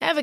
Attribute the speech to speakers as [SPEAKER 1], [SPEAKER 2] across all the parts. [SPEAKER 1] Ever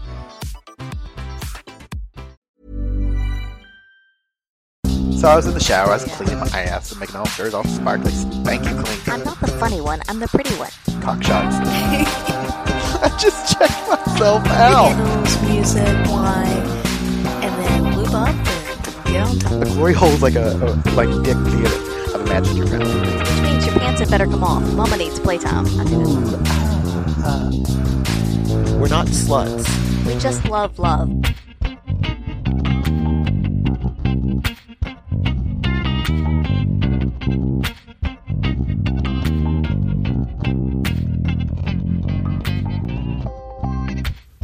[SPEAKER 2] So I was in the shower, I was cleaning my ass and making all shirts all sparkly. Thank you, clean
[SPEAKER 3] I'm not the funny one. I'm the pretty one.
[SPEAKER 2] cock shots. I just checked myself out.
[SPEAKER 4] Candles, music, wine, and then loop up and get on top.
[SPEAKER 2] The glory hole is like a, a like dick theater of magic you're around.
[SPEAKER 3] Which means your pants had better come off. Mama needs playtime. I do know.
[SPEAKER 5] We're not sluts.
[SPEAKER 3] We just love love.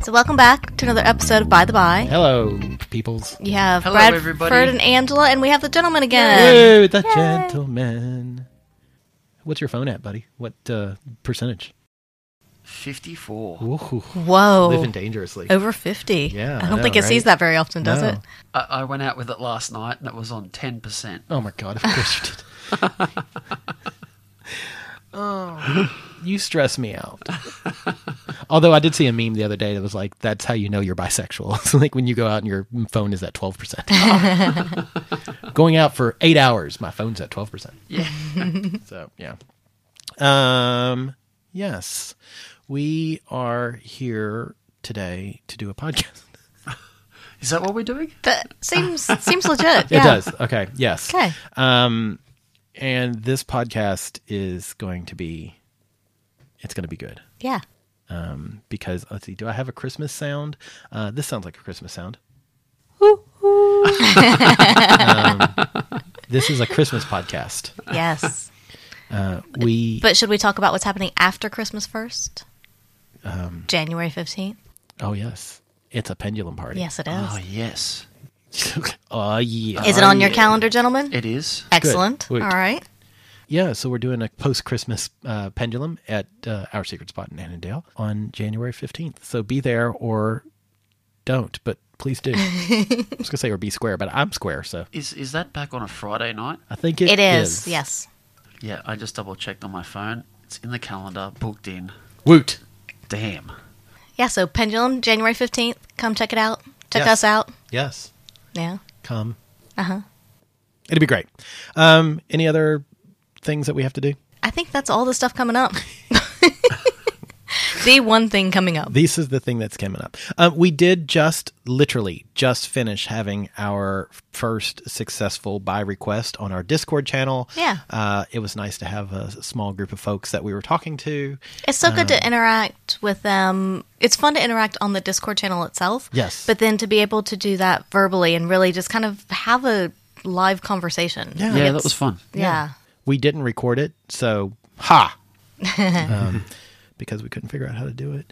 [SPEAKER 3] So welcome back to another episode of By the By.
[SPEAKER 5] Hello, peoples.
[SPEAKER 3] You have
[SPEAKER 6] Hello,
[SPEAKER 3] Brad,
[SPEAKER 6] everybody.
[SPEAKER 3] Ferd, and Angela, and we have the gentleman again.
[SPEAKER 5] Hey, the gentleman. What's your phone at, buddy? What uh, percentage?
[SPEAKER 6] 54.
[SPEAKER 3] Oh.
[SPEAKER 5] Ooh,
[SPEAKER 3] Whoa,
[SPEAKER 5] living dangerously.
[SPEAKER 3] over fifty.
[SPEAKER 5] Yeah,
[SPEAKER 3] I
[SPEAKER 5] I
[SPEAKER 3] don't
[SPEAKER 5] know,
[SPEAKER 3] think it
[SPEAKER 5] right?
[SPEAKER 3] sees that very often, does
[SPEAKER 5] No.
[SPEAKER 3] it?
[SPEAKER 6] I, I went out with it last night and it was on 10%.
[SPEAKER 5] Oh my god! Of course you did. oh, you stress me out. Although I did see a meme the other day that was like, "That's how you know you're bisexual." It's like when you go out and your phone is at twelve percent. Going out for eight hours, my phone's at twelve percent.
[SPEAKER 6] Yeah.
[SPEAKER 5] So yeah. Um. Yes, we are here today to do a podcast.
[SPEAKER 6] Is that what we're doing?
[SPEAKER 3] That seems seems legit.
[SPEAKER 5] It
[SPEAKER 3] yeah.
[SPEAKER 5] does. Okay. Yes.
[SPEAKER 3] Okay.
[SPEAKER 5] Um, and this podcast is going to be, it's going to be good
[SPEAKER 3] Yeah.
[SPEAKER 5] because let's see, do I have a Christmas sound? Uh, this sounds like a Christmas sound. um, this is a Christmas podcast.
[SPEAKER 3] Yes.
[SPEAKER 5] Uh, we
[SPEAKER 3] But should we talk about what's happening after Christmas first?
[SPEAKER 5] Um,
[SPEAKER 3] January 15th?
[SPEAKER 5] oh yes, it's a pendulum party.
[SPEAKER 3] Yes, it is.
[SPEAKER 6] Oh, yes.
[SPEAKER 5] oh yeah.
[SPEAKER 3] is it on your calendar, gentlemen?
[SPEAKER 6] It is.
[SPEAKER 3] Excellent.
[SPEAKER 5] Wait.
[SPEAKER 3] All right.
[SPEAKER 5] Yeah, so we're doing a post Christmas uh, pendulum at uh, our secret spot in Annandale on January 15th. So be there or don't, but please do. I was going to say or be square, but I'm square, so
[SPEAKER 6] Is is that back on a Friday night?
[SPEAKER 5] I think it,
[SPEAKER 3] it is. Yes.
[SPEAKER 6] Yeah, I just double checked on my phone. It's in the calendar, booked in.
[SPEAKER 5] Woot.
[SPEAKER 6] Damn.
[SPEAKER 3] Yeah. So Pendulum, January 15th. Come check it out. Check
[SPEAKER 5] Yes.
[SPEAKER 3] us out.
[SPEAKER 5] Yes.
[SPEAKER 3] Yeah.
[SPEAKER 5] Come.
[SPEAKER 3] Uh huh.
[SPEAKER 5] It'd be great. Um, any other things that we have to do?
[SPEAKER 3] I think that's all the stuff coming up. the one thing coming up.
[SPEAKER 5] This is the thing that's coming up. Um, we did just literally just finish having our first successful buy request on our Discord channel.
[SPEAKER 3] Yeah.
[SPEAKER 5] Uh, it was nice to have a s- small group of folks that we were talking to.
[SPEAKER 3] It's so good to
[SPEAKER 5] Uh.
[SPEAKER 3] interact with them. It's fun to interact on the Discord channel itself.
[SPEAKER 5] Yes.
[SPEAKER 3] But then to be able to do that verbally and really just kind of have a live conversation.
[SPEAKER 5] Yeah.
[SPEAKER 6] Yeah,
[SPEAKER 3] It's-
[SPEAKER 6] that was fun.
[SPEAKER 3] Yeah.
[SPEAKER 5] We didn't record it, so ha. um, because we couldn't figure out how to do it.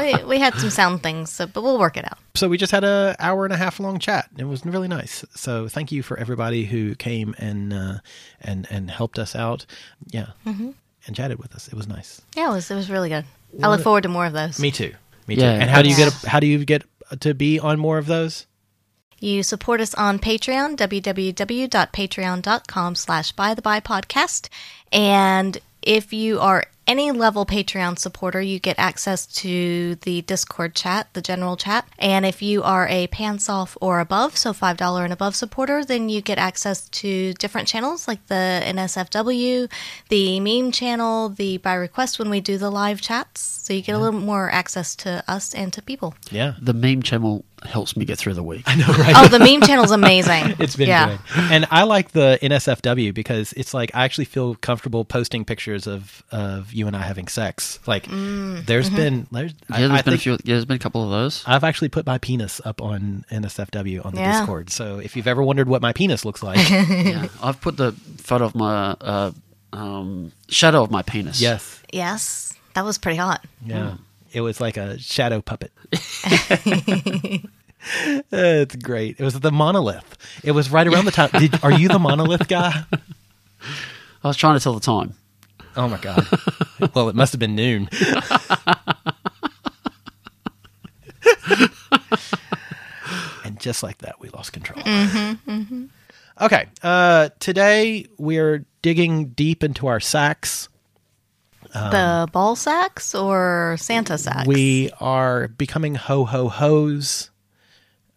[SPEAKER 3] we, we had some sound things, so, but we'll work it out.
[SPEAKER 5] so we just had a hour and a half long chat. It was really nice. So thank you for everybody who came and uh, and and helped us out. Yeah. And chatted with us. It was nice.
[SPEAKER 3] Yeah, it was, it was really good. I look forward to more of those.
[SPEAKER 5] Me too. Me
[SPEAKER 6] Yeah,
[SPEAKER 5] too. And how do you get a, how do you get to be on more of those?
[SPEAKER 3] You support us on Patreon, www.patreon.com slash by the by podcast. And if you are any level Patreon supporter, you get access to the Discord chat, the general chat. And if you are a pants off or above, so $5 and above supporter, then you get access to different channels like the NSFW, the meme channel, the by request when we do the live chats. So you get a little more access to us and to people.
[SPEAKER 5] Yeah.
[SPEAKER 6] The meme channel helps me get through the week.
[SPEAKER 3] Oh, the meme channel's amazing.
[SPEAKER 5] It's been
[SPEAKER 3] yeah.
[SPEAKER 5] good. And I like the NSFW because it's like I actually feel comfortable posting pictures of of you and I having sex. Like there's been there's I,
[SPEAKER 6] Yeah,
[SPEAKER 5] I
[SPEAKER 6] there's been a
[SPEAKER 5] think
[SPEAKER 6] few. Yeah, there's been a couple of those.
[SPEAKER 5] I've actually put my penis up on NSFW on the
[SPEAKER 3] Yeah.
[SPEAKER 5] Discord. So if you've ever wondered what my penis looks like,
[SPEAKER 6] yeah, I've put the photo of my uh, um, shadow of my penis.
[SPEAKER 5] yes.
[SPEAKER 3] Yes, that was pretty hot.
[SPEAKER 5] Yeah. It was like a shadow puppet. it's great. It was the monolith. It was right around the time. Did, are you the monolith guy?
[SPEAKER 6] I was trying to tell the time.
[SPEAKER 5] Oh my god. well, it must have been noon. and just like that, we lost control. Okay, uh, today we're digging deep into our sacks.
[SPEAKER 3] the ball sacks or Santa sacks?
[SPEAKER 5] Um, We are becoming ho ho hos,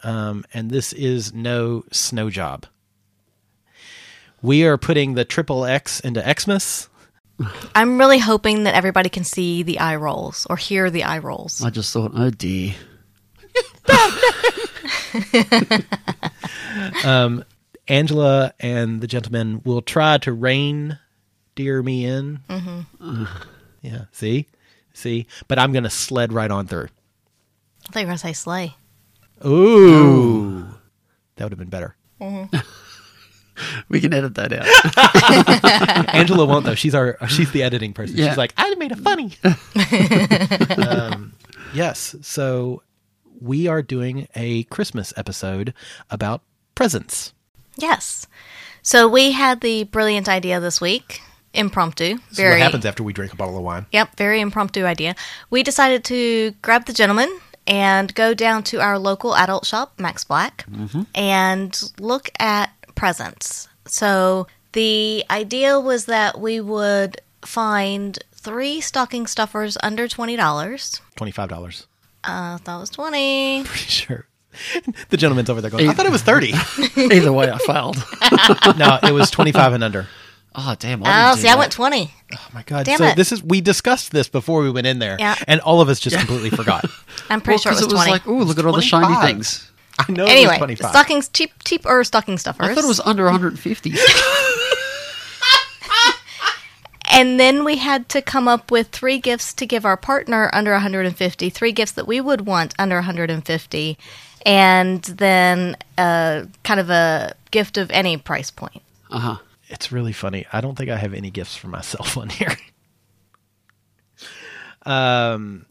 [SPEAKER 5] um, and this is no snow job. We are putting the triple X into Xmas.
[SPEAKER 3] I'm really hoping that everybody can see the eye rolls or hear the eye rolls.
[SPEAKER 5] Uh,
[SPEAKER 6] I just thought, oh dear.
[SPEAKER 5] Angela and the gentleman will try to rein dear me in. Mm-hmm. yeah, see, see, but I'm gonna sled right on through.
[SPEAKER 3] I thought you were going to say sleigh.
[SPEAKER 5] Ooh, that would have been better.
[SPEAKER 6] We can edit that out.
[SPEAKER 5] Angela won't though. She's our she's the editing person.
[SPEAKER 6] Yeah.
[SPEAKER 5] She's like, I made it funny. um, yes, so we are doing a Christmas episode about presents.
[SPEAKER 3] Yes. So we had the brilliant idea this week, impromptu.
[SPEAKER 5] This is what happens after we drink a bottle of wine.
[SPEAKER 3] Yep, very impromptu idea. We decided to grab the gentleman and go down to our local adult shop, Max Black,
[SPEAKER 6] Mm-hmm.
[SPEAKER 3] and look at presents. So the idea was that we would find three stocking stuffers under twenty dollars.
[SPEAKER 5] Twenty five dollars.
[SPEAKER 3] Uh, that was twenty.
[SPEAKER 5] Pretty sure. The gentleman's over there going, I thought it was 30.
[SPEAKER 6] Either way, I failed.
[SPEAKER 5] no, it was 25 and under.
[SPEAKER 6] Oh damn!
[SPEAKER 3] Oh,
[SPEAKER 6] I didn't do
[SPEAKER 3] see, I
[SPEAKER 6] that.
[SPEAKER 3] went twenty.
[SPEAKER 5] Oh my god.
[SPEAKER 3] Damn
[SPEAKER 5] so
[SPEAKER 3] it.
[SPEAKER 5] this is we discussed this before we went in there
[SPEAKER 3] Yeah.
[SPEAKER 5] and all of us just completely forgot.
[SPEAKER 3] I'm pretty sure it
[SPEAKER 6] Well,
[SPEAKER 3] was,
[SPEAKER 6] 'cause
[SPEAKER 3] twenty.
[SPEAKER 6] like, oh, look at all the shiny
[SPEAKER 2] 25.
[SPEAKER 6] things.
[SPEAKER 5] I know it was
[SPEAKER 3] anyway,
[SPEAKER 5] 25.
[SPEAKER 3] stockings cheap, cheaper stocking stuffers.
[SPEAKER 6] I thought it was under 150.
[SPEAKER 3] And then we had to come up with three gifts to give our partner under 150, three gifts that we would want under 150, and then uh, kind of a gift of any price point.
[SPEAKER 6] uh huh.
[SPEAKER 5] It's really funny. I don't think I have any gifts for myself on here. um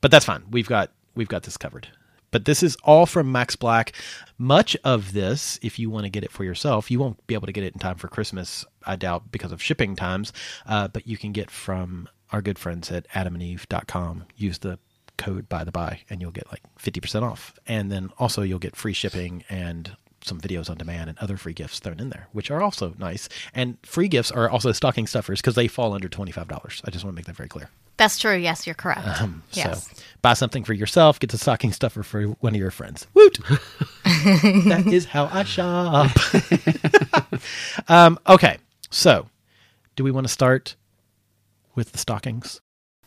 [SPEAKER 5] but that's fine. We've got we've got this covered. But this is all from Max Black. Much of this, if you want to get it for yourself, you won't be able to get it in time for Christmas, I doubt, because of shipping times. Uh, but you can get from our good friends at adamandeve.com. Use the code by the by and you'll get like 50% off. And then also you'll get free shipping and some videos on demand and other free gifts thrown in there, which are also nice. And free gifts are also stocking stuffers because they fall under $25. I just want to make that very clear.
[SPEAKER 3] That's true. Yes, you're correct. yes.
[SPEAKER 5] Uh-huh. Um, So buy something for yourself, get the stocking stuffer for one of your friends. Woot! that is how I shop. um, okay, so do we want to start with the stockings?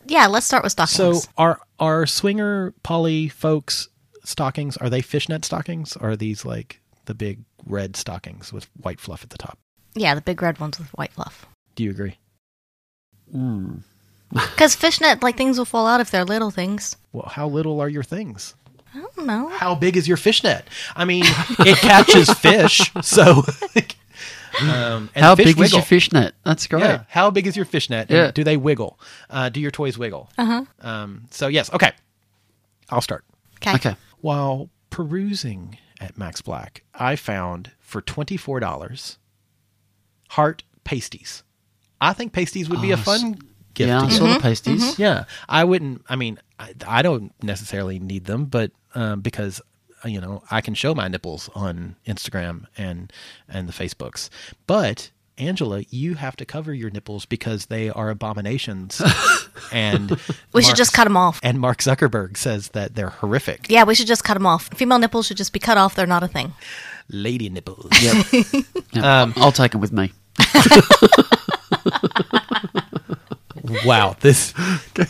[SPEAKER 3] Yeah, let's start with stockings.
[SPEAKER 5] So are are swinger poly folks stockings? Are they fishnet stockings? Or are these like the big red stockings with white fluff at the top?
[SPEAKER 3] yeah, the big red ones with white fluff.
[SPEAKER 5] Do you agree?
[SPEAKER 6] Mm.
[SPEAKER 3] Because fishnet, like things will fall out if they're little things.
[SPEAKER 5] Well, how little are your things?
[SPEAKER 3] I don't know.
[SPEAKER 5] how big is your fishnet? I mean, it catches fish, so. um, and
[SPEAKER 6] How
[SPEAKER 5] fish
[SPEAKER 6] big is
[SPEAKER 5] wiggle.
[SPEAKER 6] your fishnet? That's great.
[SPEAKER 5] Yeah. How big is your fishnet? and
[SPEAKER 6] Yeah.
[SPEAKER 5] Do they wiggle? Uh, do your toys wiggle? Uh huh. Um, so yes, okay. I'll start.
[SPEAKER 3] Okay.
[SPEAKER 6] Okay.
[SPEAKER 5] While perusing at Max Black, I found for twenty four dollars heart pasties. I think pasties would be a
[SPEAKER 6] Oh,
[SPEAKER 5] fun gift.
[SPEAKER 6] yeah,
[SPEAKER 5] to
[SPEAKER 6] I
[SPEAKER 5] give.
[SPEAKER 6] saw
[SPEAKER 3] Mm-hmm.
[SPEAKER 6] the pasties.
[SPEAKER 5] Yeah, I wouldn't. I mean, I, I don't necessarily need them, but um, because uh, you know, I can show my nipples on Instagram and and the Facebooks. But Angela, you have to cover your nipples because they are abominations. and
[SPEAKER 3] We should just cut them off.
[SPEAKER 5] And Mark Zuckerberg says that they're horrific.
[SPEAKER 3] Yeah, we should just cut them off. Female nipples should just be cut off. They're not a thing.
[SPEAKER 5] Lady nipples.
[SPEAKER 6] Yep. Yeah,
[SPEAKER 5] Um,
[SPEAKER 6] I'll take them with me.
[SPEAKER 5] wow this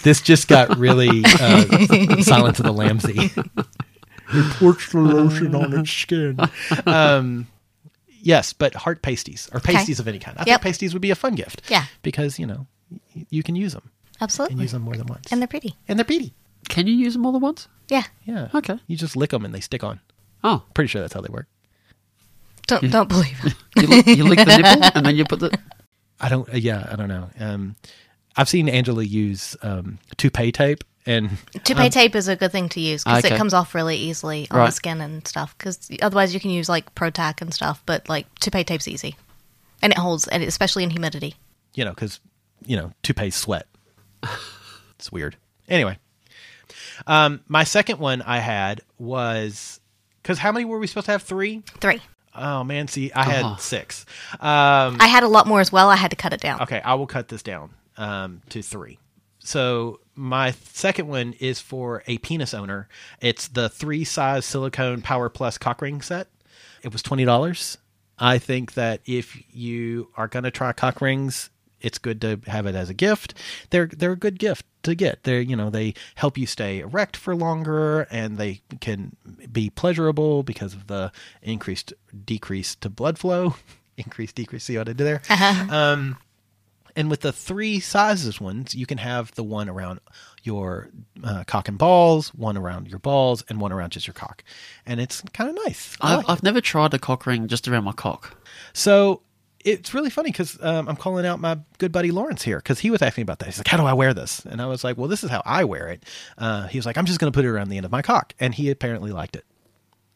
[SPEAKER 5] this just got really uh, silence of the lambsy it torched the lotion on its skin um, yes but heart pasties or pasties of any kind i
[SPEAKER 3] Yep.
[SPEAKER 5] think pasties would be a fun gift
[SPEAKER 3] Yeah.
[SPEAKER 5] because you know y- you can use them and
[SPEAKER 3] Absolutely.
[SPEAKER 5] use them more than once
[SPEAKER 3] And they're pretty.
[SPEAKER 5] and they're pretty
[SPEAKER 6] Can you use them all at once?
[SPEAKER 3] Yeah.
[SPEAKER 5] yeah
[SPEAKER 6] Okay.
[SPEAKER 5] you just lick them and they stick on
[SPEAKER 6] Oh,
[SPEAKER 5] pretty sure that's how they work
[SPEAKER 3] Don't don't believe it.
[SPEAKER 6] you, lick, you lick the nipple and then you put the.
[SPEAKER 5] uh, i don't yeah i don't know um, i've seen angela use um, toupee tape and
[SPEAKER 3] Toupee tape is a good thing to use because
[SPEAKER 6] Okay.
[SPEAKER 3] it comes off really easily on the
[SPEAKER 6] Right.
[SPEAKER 3] skin and stuff. Because otherwise, you can use like Protac and stuff, but like toupee tape's easy, and it holds, and especially in humidity.
[SPEAKER 5] you know, because you know, toupees sweat. it's weird. Anyway, um, my second one I had was because how many were we supposed to have? Three.
[SPEAKER 3] Three.
[SPEAKER 5] Oh man, see, I had six. Um,
[SPEAKER 3] I had a lot more as well. I had to cut it down.
[SPEAKER 5] okay, I will cut this down um, to three. So my second one is for a penis owner. It's the three size silicone Power Plus cock ring set. It was twenty dollars. I think that if you are going to try cock rings, it's good to have it as a gift. They're they're a good gift to get. They are you know they help you stay erect for longer, and they can be pleasurable because of the increased decrease to blood flow, increased decrease. See what I did there? Um, And with the three sizes ones, you can have the one around your uh, cock and balls, one around your balls, and one around just your cock. And it's kind of nice. I
[SPEAKER 6] I've,
[SPEAKER 5] like it.
[SPEAKER 6] I've never tried a cock ring just around my cock.
[SPEAKER 5] So it's really funny because um, I'm calling out my good buddy Lawrence here because he was asking me about that. He's like, "How do I wear this?" And I was like, "Well, this is how I wear it." Uh, he was like, "I'm just going to put it around the end of my cock," and he apparently liked it.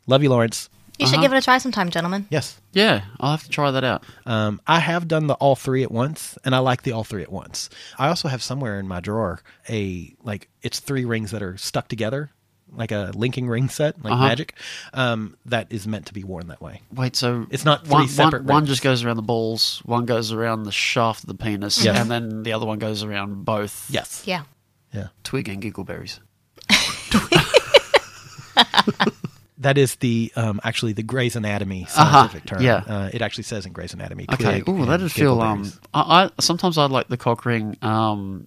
[SPEAKER 5] Love you, Lawrence.
[SPEAKER 3] You should give it a try sometime, gentlemen.
[SPEAKER 5] Yes,
[SPEAKER 6] Yeah, I'll have to try that out.
[SPEAKER 5] Um, I have done the all three at once, and I like the all three at once. I also have somewhere in my drawer a like it's three rings that are stuck together, like a linking ring set, like magic. Um, that is meant to be worn that way.
[SPEAKER 6] Wait, so
[SPEAKER 5] It's not three
[SPEAKER 6] one, one-
[SPEAKER 5] separate
[SPEAKER 6] One
[SPEAKER 5] rings.
[SPEAKER 6] just goes around the balls, one goes around the shaft of the penis,
[SPEAKER 5] Yes.
[SPEAKER 6] and then the other one goes around both.
[SPEAKER 5] Yes.
[SPEAKER 3] Yeah.
[SPEAKER 5] Yeah.
[SPEAKER 6] twig and giggleberries.
[SPEAKER 5] That is the um, actually the Gray's Anatomy scientific term.
[SPEAKER 6] Uh-huh. yeah.
[SPEAKER 5] Uh, it actually says in Gray's Anatomy.
[SPEAKER 6] Okay.
[SPEAKER 5] twig
[SPEAKER 6] Oh,
[SPEAKER 5] and
[SPEAKER 6] that did feel. Um,
[SPEAKER 5] giggleberries.
[SPEAKER 6] I, I sometimes I like the cock ring, um,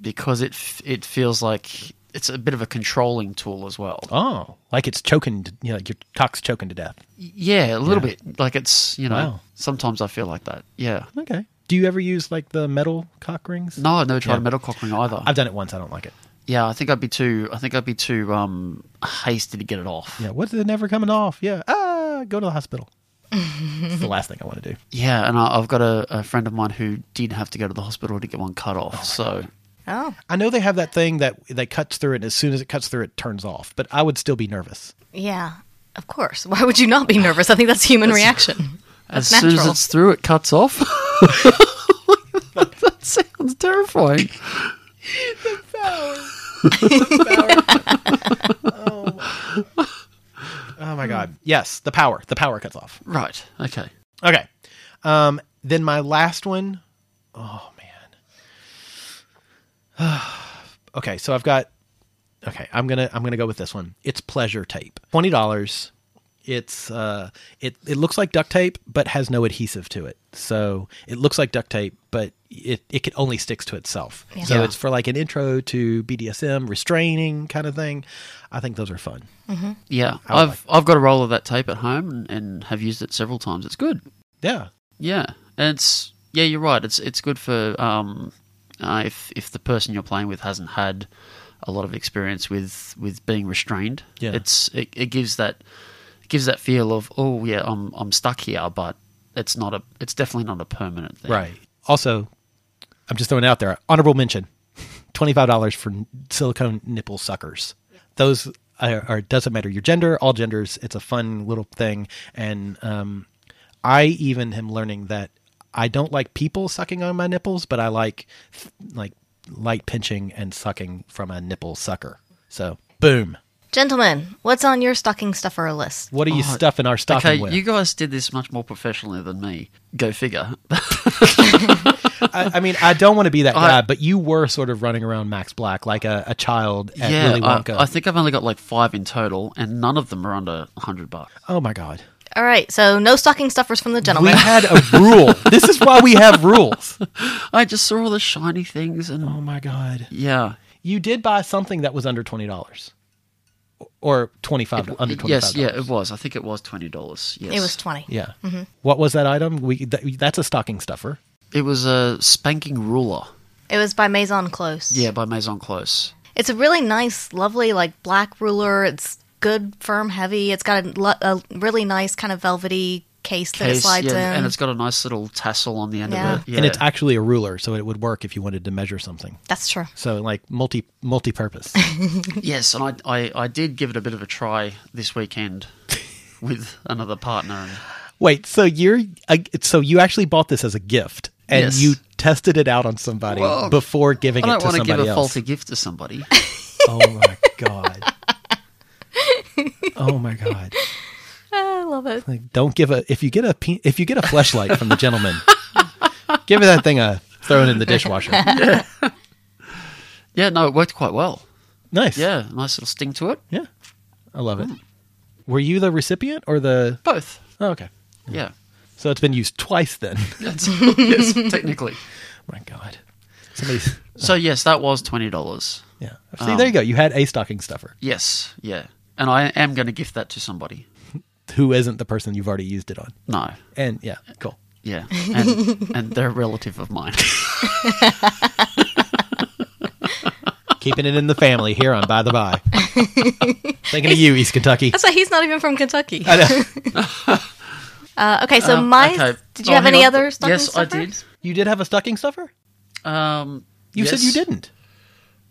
[SPEAKER 6] because it f- it feels like it's a bit of a controlling tool as well.
[SPEAKER 5] Oh, like it's choking, to, you know, like your cock's choking to death.
[SPEAKER 6] Yeah, a little bit. Like it's you know.
[SPEAKER 5] Wow.
[SPEAKER 6] Sometimes I feel like that. Yeah.
[SPEAKER 5] Okay. Do you ever use like the metal cock rings?
[SPEAKER 6] No, I've never tried
[SPEAKER 5] Yeah.
[SPEAKER 6] a metal cock ring either.
[SPEAKER 5] I've done it once. I don't like it.
[SPEAKER 6] yeah, I think I'd be too. I think I'd be too um hasty to get it off.
[SPEAKER 5] Yeah, what's it never coming off? Yeah, ah, go to the hospital. it's the last thing I want to do.
[SPEAKER 6] Yeah, and I, I've got a, a friend of mine who did have to go to the hospital to get one cut off. so
[SPEAKER 3] Oh,
[SPEAKER 5] I know they have that thing that that cuts through it, and as soon as it cuts through, it turns off. But I would still be nervous.
[SPEAKER 3] yeah. Of course. Why would you not be nervous? I think that's human reaction.
[SPEAKER 6] as
[SPEAKER 3] That's
[SPEAKER 6] soon as
[SPEAKER 3] natural.
[SPEAKER 6] it's through, it cuts off. that sounds terrifying.
[SPEAKER 5] Oh my god! Yes, the power. The power cuts off.
[SPEAKER 6] Right. Okay.
[SPEAKER 5] Okay. Um, then my last one. Oh man. okay, so I've got. Okay, I'm gonna I'm gonna go with this one. It's pleasure tape. Twenty dollars. It's uh, it it looks like duct tape, but has no adhesive to it. So it looks like duct tape, but it it can only sticks to itself. So
[SPEAKER 6] Yeah.
[SPEAKER 5] it's for like an intro to BDSM, restraining kind of thing. I think those are fun.
[SPEAKER 6] Yeah,
[SPEAKER 5] I would
[SPEAKER 6] I've I've got a roll of that tape at home and, and have used it several times. It's good.
[SPEAKER 5] Yeah.
[SPEAKER 6] Yeah, and it's yeah, you're right. It's it's good for um, uh, if if the person you're playing with hasn't had a lot of experience with with being restrained.
[SPEAKER 5] Yeah.
[SPEAKER 6] it's it, it gives that it gives that feel of oh yeah, I'm I'm stuck here, but it's not a it's definitely not a permanent thing.
[SPEAKER 5] Right. Also, I'm just throwing it out there. Honorable mention: twenty-five dollars for n- silicone nipple suckers. Those are, are doesn't matter your gender, all genders. It's a fun little thing, and um, I even am learning that I don't like people sucking on my nipples, but I like th- like light pinching and sucking from a nipple sucker. So, boom.
[SPEAKER 3] Gentlemen, what's on your stocking stuffer list?
[SPEAKER 5] What are you stuffing our stocking
[SPEAKER 6] Oh, Okay,
[SPEAKER 5] with?
[SPEAKER 6] you guys did this much more professionally than me. Go figure.
[SPEAKER 5] I, I mean, I don't want to be that
[SPEAKER 6] I-
[SPEAKER 5] guy, but you were sort of running around Max Black like a, a child at
[SPEAKER 6] yeah,
[SPEAKER 5] Willy
[SPEAKER 6] I,
[SPEAKER 5] Wonka.
[SPEAKER 6] I think I've only got like five in total, and none of them are under hundred bucks.
[SPEAKER 5] Oh my god.
[SPEAKER 3] All right, so no stocking stuffers from the
[SPEAKER 5] We
[SPEAKER 3] gentlemen.
[SPEAKER 5] had a rule. This is why we have rules.
[SPEAKER 6] I just saw all the shiny things, and
[SPEAKER 5] Oh my god.
[SPEAKER 6] yeah,
[SPEAKER 5] You did buy something that was under $20 or 25 under $25.
[SPEAKER 6] Yes, yeah, it was. I think it was twenty dollars. Yes,
[SPEAKER 3] It was 20.
[SPEAKER 5] Yeah. What was that item? We th- that's a stocking stuffer.
[SPEAKER 6] It was a spanking ruler.
[SPEAKER 3] It was by Maison Close.
[SPEAKER 6] Yeah, by Maison Close.
[SPEAKER 3] It's a really nice, lovely, like black ruler. It's good, firm, heavy. It's got a, lo- a really nice kind of velvety case, that it
[SPEAKER 6] case,
[SPEAKER 3] slides
[SPEAKER 6] yeah,
[SPEAKER 3] in.
[SPEAKER 6] and it's got a nice little tassel on the end
[SPEAKER 3] Yeah.
[SPEAKER 6] of it. Yeah.
[SPEAKER 5] And it's actually a ruler, so it would work if you wanted to measure something.
[SPEAKER 3] That's true.
[SPEAKER 5] So like multi multi purpose.
[SPEAKER 6] yes, and I, I, I did give it a bit of a try this weekend with another partner. And
[SPEAKER 5] Wait, so you're uh, so you actually bought this as a gift and
[SPEAKER 6] Yes.
[SPEAKER 5] you tested it out on somebody
[SPEAKER 6] Well,
[SPEAKER 5] before giving
[SPEAKER 6] I
[SPEAKER 5] it
[SPEAKER 6] don't
[SPEAKER 5] to
[SPEAKER 6] want to
[SPEAKER 5] somebody
[SPEAKER 6] give a
[SPEAKER 5] else.
[SPEAKER 6] faulty gift to somebody.
[SPEAKER 5] Oh my god. Oh my god.
[SPEAKER 3] I love it.
[SPEAKER 5] Like don't give a if you get a pe- if you get a fleshlight from the gentleman, give that thing a throw it in the dishwasher.
[SPEAKER 6] yeah, no, it worked quite well.
[SPEAKER 5] Nice.
[SPEAKER 6] Yeah, nice little sting to it.
[SPEAKER 5] Yeah. I love it. Were you the recipient or the
[SPEAKER 6] Both.
[SPEAKER 5] Oh, okay.
[SPEAKER 6] Yeah.
[SPEAKER 5] So it's been used twice then. Oh
[SPEAKER 6] That's, yes, technically.
[SPEAKER 5] my god. Somebody's
[SPEAKER 6] So yes, that was twenty dollars.
[SPEAKER 5] yeah. See, there you go. You had a stocking stuffer.
[SPEAKER 6] Yes, yeah. And I am going to gift that to somebody.
[SPEAKER 5] Who isn't the person you've already used it on?
[SPEAKER 6] No.
[SPEAKER 5] And yeah, cool.
[SPEAKER 6] Yeah. And, and they're a relative of mine.
[SPEAKER 5] Keeping it in the family here on By the By. Thinking of you, East Kentucky.
[SPEAKER 3] That's why he's not even from Kentucky.
[SPEAKER 5] I know.
[SPEAKER 3] Uh, okay, so
[SPEAKER 6] Um,
[SPEAKER 3] my.
[SPEAKER 6] okay.
[SPEAKER 3] Did you
[SPEAKER 6] Oh,
[SPEAKER 3] have
[SPEAKER 6] hang
[SPEAKER 3] any
[SPEAKER 6] on.
[SPEAKER 3] other stocking
[SPEAKER 6] Yes,
[SPEAKER 3] stuffers?
[SPEAKER 5] You did have a stocking stuffer?
[SPEAKER 6] I did. Um,
[SPEAKER 5] You said you
[SPEAKER 6] yes.
[SPEAKER 5] didn't.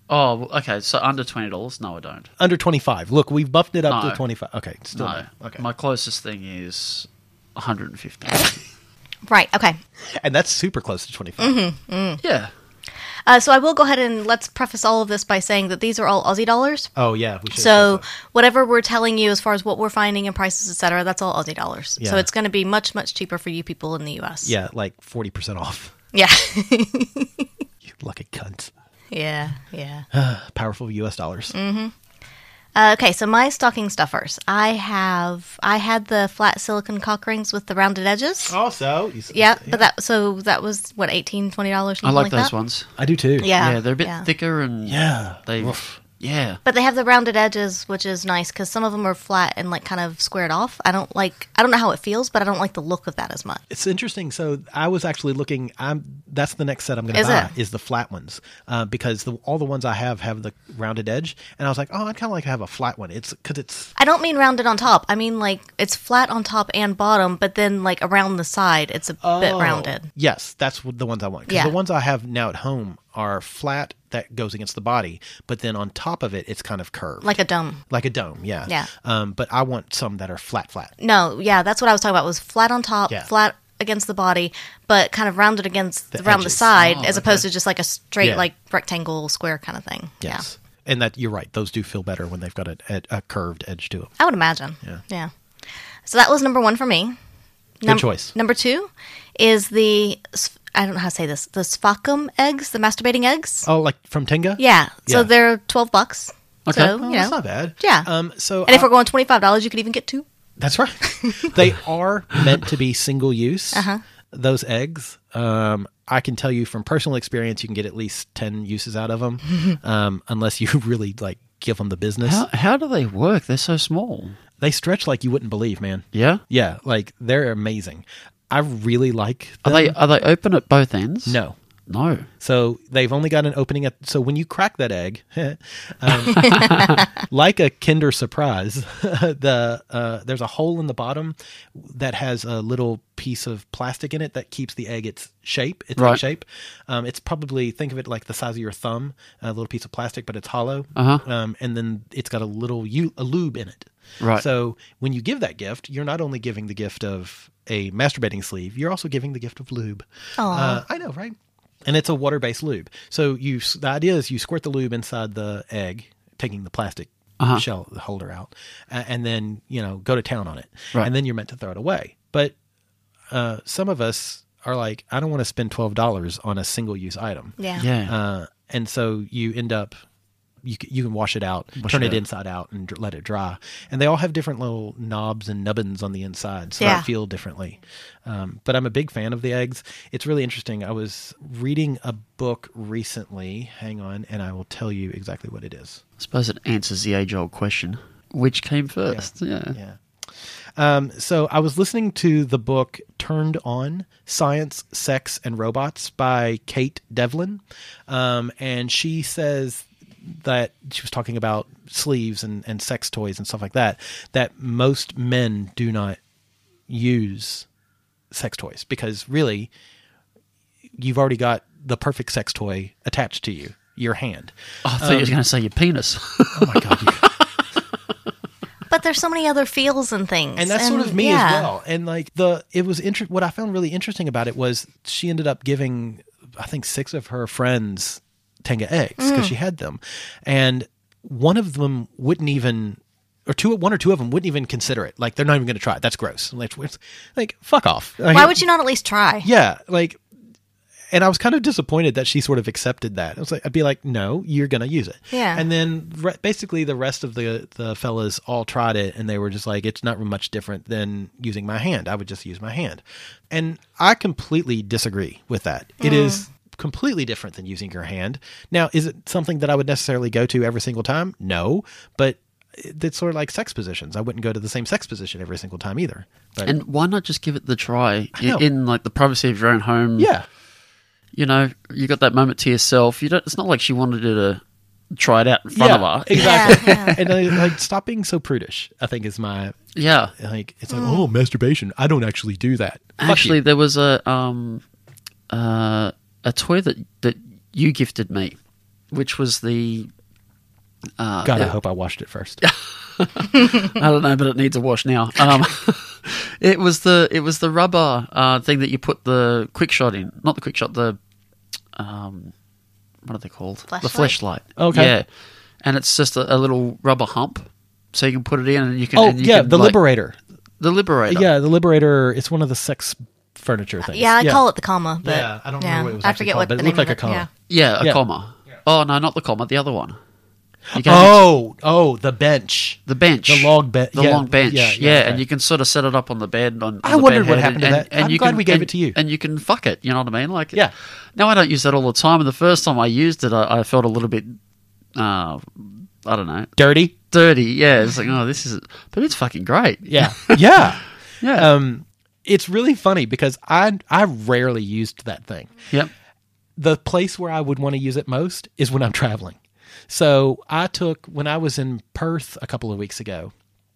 [SPEAKER 6] Oh, well, okay. So under twenty dollars? No, I don't.
[SPEAKER 5] Under 25. Look, we've buffed it up
[SPEAKER 6] No.
[SPEAKER 5] to 25. Okay, still
[SPEAKER 6] No.
[SPEAKER 5] not. Okay.
[SPEAKER 6] My closest thing is one hundred and fifty.
[SPEAKER 3] Right, okay.
[SPEAKER 5] And that's super close to 25.
[SPEAKER 3] Mm-hmm.
[SPEAKER 6] yeah.
[SPEAKER 3] Uh, so I will go ahead and let's preface all of this by saying that these are all Aussie dollars.
[SPEAKER 5] Oh, yeah. We should have
[SPEAKER 3] So
[SPEAKER 5] said
[SPEAKER 3] whatever we're telling you as far as what we're finding in prices, et cetera, that's all Aussie dollars. So
[SPEAKER 5] Yeah.
[SPEAKER 3] it's going to be much, much cheaper for you people in the U.S.
[SPEAKER 5] that. Yeah, like 40% off.
[SPEAKER 3] yeah,
[SPEAKER 5] You lucky cunt.
[SPEAKER 3] yeah, yeah.
[SPEAKER 5] Powerful US dollars.
[SPEAKER 3] Mm. Uh, okay, so my stocking stuffers. I have I had the flat silicone cock rings with the rounded edges.
[SPEAKER 5] Oh. Also, you said,
[SPEAKER 3] Yeah, but that so that was what 18 dollars, something
[SPEAKER 6] I like those
[SPEAKER 3] that.
[SPEAKER 6] ones.
[SPEAKER 5] I do too.
[SPEAKER 3] Yeah,
[SPEAKER 6] Yeah, they're a bit thicker and
[SPEAKER 5] Yeah.
[SPEAKER 6] they.
[SPEAKER 5] Woof.
[SPEAKER 6] Yeah.
[SPEAKER 3] But they have the rounded edges, which is nice because some of them are flat and like kind of squared off. I don't like. I don't know how it feels, but I don't like the look of that as much.
[SPEAKER 5] It's interesting. So I was actually looking. I'm. That's the next set I'm going to
[SPEAKER 3] Is
[SPEAKER 5] buy
[SPEAKER 3] it?
[SPEAKER 5] is the flat ones uh, because the, all the ones I have have the rounded edge, and I was like, oh, I'd kind of like to have a flat one. It's because it's
[SPEAKER 3] I don't mean rounded on top. I mean like it's flat on top and bottom, but then like around the side, it's a bit
[SPEAKER 5] Oh.
[SPEAKER 3] rounded.
[SPEAKER 5] Yes, that's w- the ones I want. 'Cause
[SPEAKER 3] Yeah.
[SPEAKER 5] the ones I have now at home are flat that goes against the body, but then on top of it, it's kind of curved,
[SPEAKER 3] Like a dome.
[SPEAKER 5] like a dome. Yeah.
[SPEAKER 3] Yeah.
[SPEAKER 5] Um, but I want some that are flat, flat.
[SPEAKER 3] No, yeah, that's what I was talking about. Was flat on top,
[SPEAKER 5] Yeah.
[SPEAKER 3] flat against the body, but kind of rounded against
[SPEAKER 5] The
[SPEAKER 3] around the
[SPEAKER 5] edges.
[SPEAKER 3] side,
[SPEAKER 6] Oh,
[SPEAKER 3] as opposed to just like a straight
[SPEAKER 5] Yeah.
[SPEAKER 3] like rectangle square kind of thing.
[SPEAKER 5] Yes. And that you're right; those do feel better when they've got a, a, a curved edge to them.
[SPEAKER 3] Yeah, I would imagine. Yeah, yeah. So that was number one for me. Num-
[SPEAKER 5] choice.
[SPEAKER 3] Number two is the s- I don't know how to say this. The sphagnum eggs, the masturbating eggs.
[SPEAKER 5] Oh, like from Tenga?
[SPEAKER 3] Yeah. So
[SPEAKER 5] Yeah.
[SPEAKER 3] they're twelve bucks.
[SPEAKER 6] Okay.
[SPEAKER 3] So
[SPEAKER 5] Oh,
[SPEAKER 3] you know,
[SPEAKER 5] that's not bad.
[SPEAKER 3] Yeah.
[SPEAKER 5] Um. So
[SPEAKER 3] and if
[SPEAKER 5] I-
[SPEAKER 3] we're going twenty five dollars, you could even get two.
[SPEAKER 5] That's right. they are meant to be single use. Those eggs, um, I can tell you from personal experience, you can get at least ten uses out of them, um, unless you really like give them the business.
[SPEAKER 6] How, how do they work? They're so small.
[SPEAKER 5] They stretch like you wouldn't believe, man.
[SPEAKER 6] Yeah.
[SPEAKER 5] Yeah, like they're amazing. I really like.
[SPEAKER 6] Are
[SPEAKER 5] Them.
[SPEAKER 6] they are they open at both ends?
[SPEAKER 5] No.
[SPEAKER 6] Um, No.
[SPEAKER 5] So they've only got an opening at. So when you crack that egg, um, like a Kinder Surprise, the uh, there's a hole in the bottom that has a little piece of plastic in it that keeps the egg its shape, its egg
[SPEAKER 6] Right.
[SPEAKER 5] shape. Um, it's probably think of it like the size of your thumb, a little piece of plastic, but it's hollow,
[SPEAKER 6] Uh-huh.
[SPEAKER 5] um, and then it's got a little u- a lube in it.
[SPEAKER 6] Right.
[SPEAKER 5] So when you give that gift, you're not only giving the gift of a masturbating sleeve, you're also giving the gift of lube. Uh, I know, right? And it's a water-based lube. So you, s- the idea is you squirt the lube inside the egg, taking the plastic
[SPEAKER 6] Uh-huh.
[SPEAKER 5] shell holder out, uh, and then you know go to town on it,
[SPEAKER 6] Right.
[SPEAKER 5] and then you're meant to throw it away. But uh, some of us are like, I don't want to spend twelve dollars on a single-use item.
[SPEAKER 3] Yeah.
[SPEAKER 6] Yeah.
[SPEAKER 5] Uh, and so you end up you c- you can wash it out, turn it, inside out, and dr- let it dry. And they all have different little knobs and nubbins on the inside, so
[SPEAKER 3] Yeah.
[SPEAKER 5] they feel differently. Um, but I'm a big fan of the eggs. It's really interesting. I was reading a book recently. Hang on, and I will tell you exactly what it is.
[SPEAKER 6] I suppose it answers the age old question. Which came first? Yeah.
[SPEAKER 5] Yeah. Um, so I was listening to the book Turned On Science, Sex, and Robots by Kate Devlin. Um, and she says that she was talking about sleeves and, and sex toys and stuff like that, that most men do not use sex toys because really you've already got the perfect sex toy attached to you, your hand.
[SPEAKER 6] Oh, I thought you were going to say your penis.
[SPEAKER 5] Oh my god. you-
[SPEAKER 3] But there's so many other feels and things.
[SPEAKER 5] and that's sort of me
[SPEAKER 3] yeah.
[SPEAKER 5] as well. And like the it was inter- what I found really interesting about it was she ended up giving I think six of her friends Tenga eggs
[SPEAKER 3] Mm.
[SPEAKER 5] because she had them, and one of them wouldn't even. Or two, one or two of them wouldn't even consider it. Like they're not even going to try it. That's gross. Like, it's- like fuck off.
[SPEAKER 3] Why would you not at least try?
[SPEAKER 5] Yeah, like, and I was kind of disappointed that she sort of accepted that. I was like, I'd be like, no, you're gonna use it.
[SPEAKER 3] Yeah.
[SPEAKER 5] And then re- basically the rest of the the fellas all tried it, and they were just like, it's not much different than using my hand. I would just use my hand, and I completely disagree with that. It is completely different than using your hand. Now, is it something that I would necessarily go to every single time? No, but. It's sort of like sex positions. I wouldn't go to the same sex position every single time either. But
[SPEAKER 6] and why not just give it the try
[SPEAKER 5] know.
[SPEAKER 6] in, in like the privacy of your own home?
[SPEAKER 5] yeah,
[SPEAKER 6] you know, you got that moment to yourself. You don't. It's not like she wanted you to try it out in front
[SPEAKER 5] Yeah,
[SPEAKER 6] of her.
[SPEAKER 5] Exactly.
[SPEAKER 3] Yeah,
[SPEAKER 5] and uh, like stop being so prudish. I think is my
[SPEAKER 6] Yeah.
[SPEAKER 5] like it's like
[SPEAKER 3] Mm.
[SPEAKER 5] oh masturbation. I don't actually do that. Fuck you.
[SPEAKER 6] Actually, there was a um, uh, a toy that that you gifted me, which was the uh,
[SPEAKER 5] God, I
[SPEAKER 6] yeah,
[SPEAKER 5] hope I washed it first.
[SPEAKER 6] I don't know, but it needs a wash now. Um, it was the it was the rubber uh, thing that you put the quick shot in, not the quick shot, the um, what are they called? The flashlight.
[SPEAKER 3] Flashlight?
[SPEAKER 5] Okay.
[SPEAKER 6] Yeah, and it's just a, a little rubber hump, so you can put it in and you can.
[SPEAKER 5] oh
[SPEAKER 6] and you
[SPEAKER 5] yeah,
[SPEAKER 6] can,
[SPEAKER 5] the
[SPEAKER 6] like-
[SPEAKER 5] liberator.
[SPEAKER 6] The liberator.
[SPEAKER 5] Yeah, the liberator. It's one of the sex furniture things.
[SPEAKER 3] Yeah, I call it the comma, but
[SPEAKER 5] Yeah, I don't remember what it was
[SPEAKER 3] I
[SPEAKER 5] actually
[SPEAKER 3] forget
[SPEAKER 5] called,
[SPEAKER 3] what
[SPEAKER 5] but it
[SPEAKER 3] the name
[SPEAKER 5] looked like a
[SPEAKER 3] of
[SPEAKER 5] comma.
[SPEAKER 3] Yeah.
[SPEAKER 6] Yeah, a
[SPEAKER 5] Yeah.
[SPEAKER 6] comma. Oh no, not the comma, the other one. You can have
[SPEAKER 5] Oh, oh, the bench.
[SPEAKER 6] the bench,
[SPEAKER 5] the long be-
[SPEAKER 6] the
[SPEAKER 5] yeah,
[SPEAKER 6] long bench.
[SPEAKER 5] yeah,
[SPEAKER 6] Yeah,
[SPEAKER 5] yeah, okay.
[SPEAKER 6] and you can sort of set it up on the bed. On, on
[SPEAKER 5] I
[SPEAKER 6] the
[SPEAKER 5] wondered
[SPEAKER 6] bed
[SPEAKER 5] what
[SPEAKER 6] head
[SPEAKER 5] happened to
[SPEAKER 6] and,
[SPEAKER 5] that.
[SPEAKER 6] And, and
[SPEAKER 5] I'm
[SPEAKER 6] you
[SPEAKER 5] glad
[SPEAKER 6] can,
[SPEAKER 5] we gave
[SPEAKER 6] and-
[SPEAKER 5] it to you.
[SPEAKER 6] And you can fuck it. You know what I mean? Like
[SPEAKER 5] Yeah.
[SPEAKER 6] Now I don't use that all the time. And the first time I used it, I, I felt a little bit, uh, I don't know,
[SPEAKER 5] Dirty.
[SPEAKER 6] dirty. Yeah, it's like oh, this is, but it's fucking great.
[SPEAKER 5] Yeah, yeah.
[SPEAKER 6] yeah,
[SPEAKER 5] Um, it's really funny because I I rarely used that thing.
[SPEAKER 6] yep.
[SPEAKER 5] the place where I would want to use it most is when I'm traveling. So I took when I was in Perth a couple of weeks ago,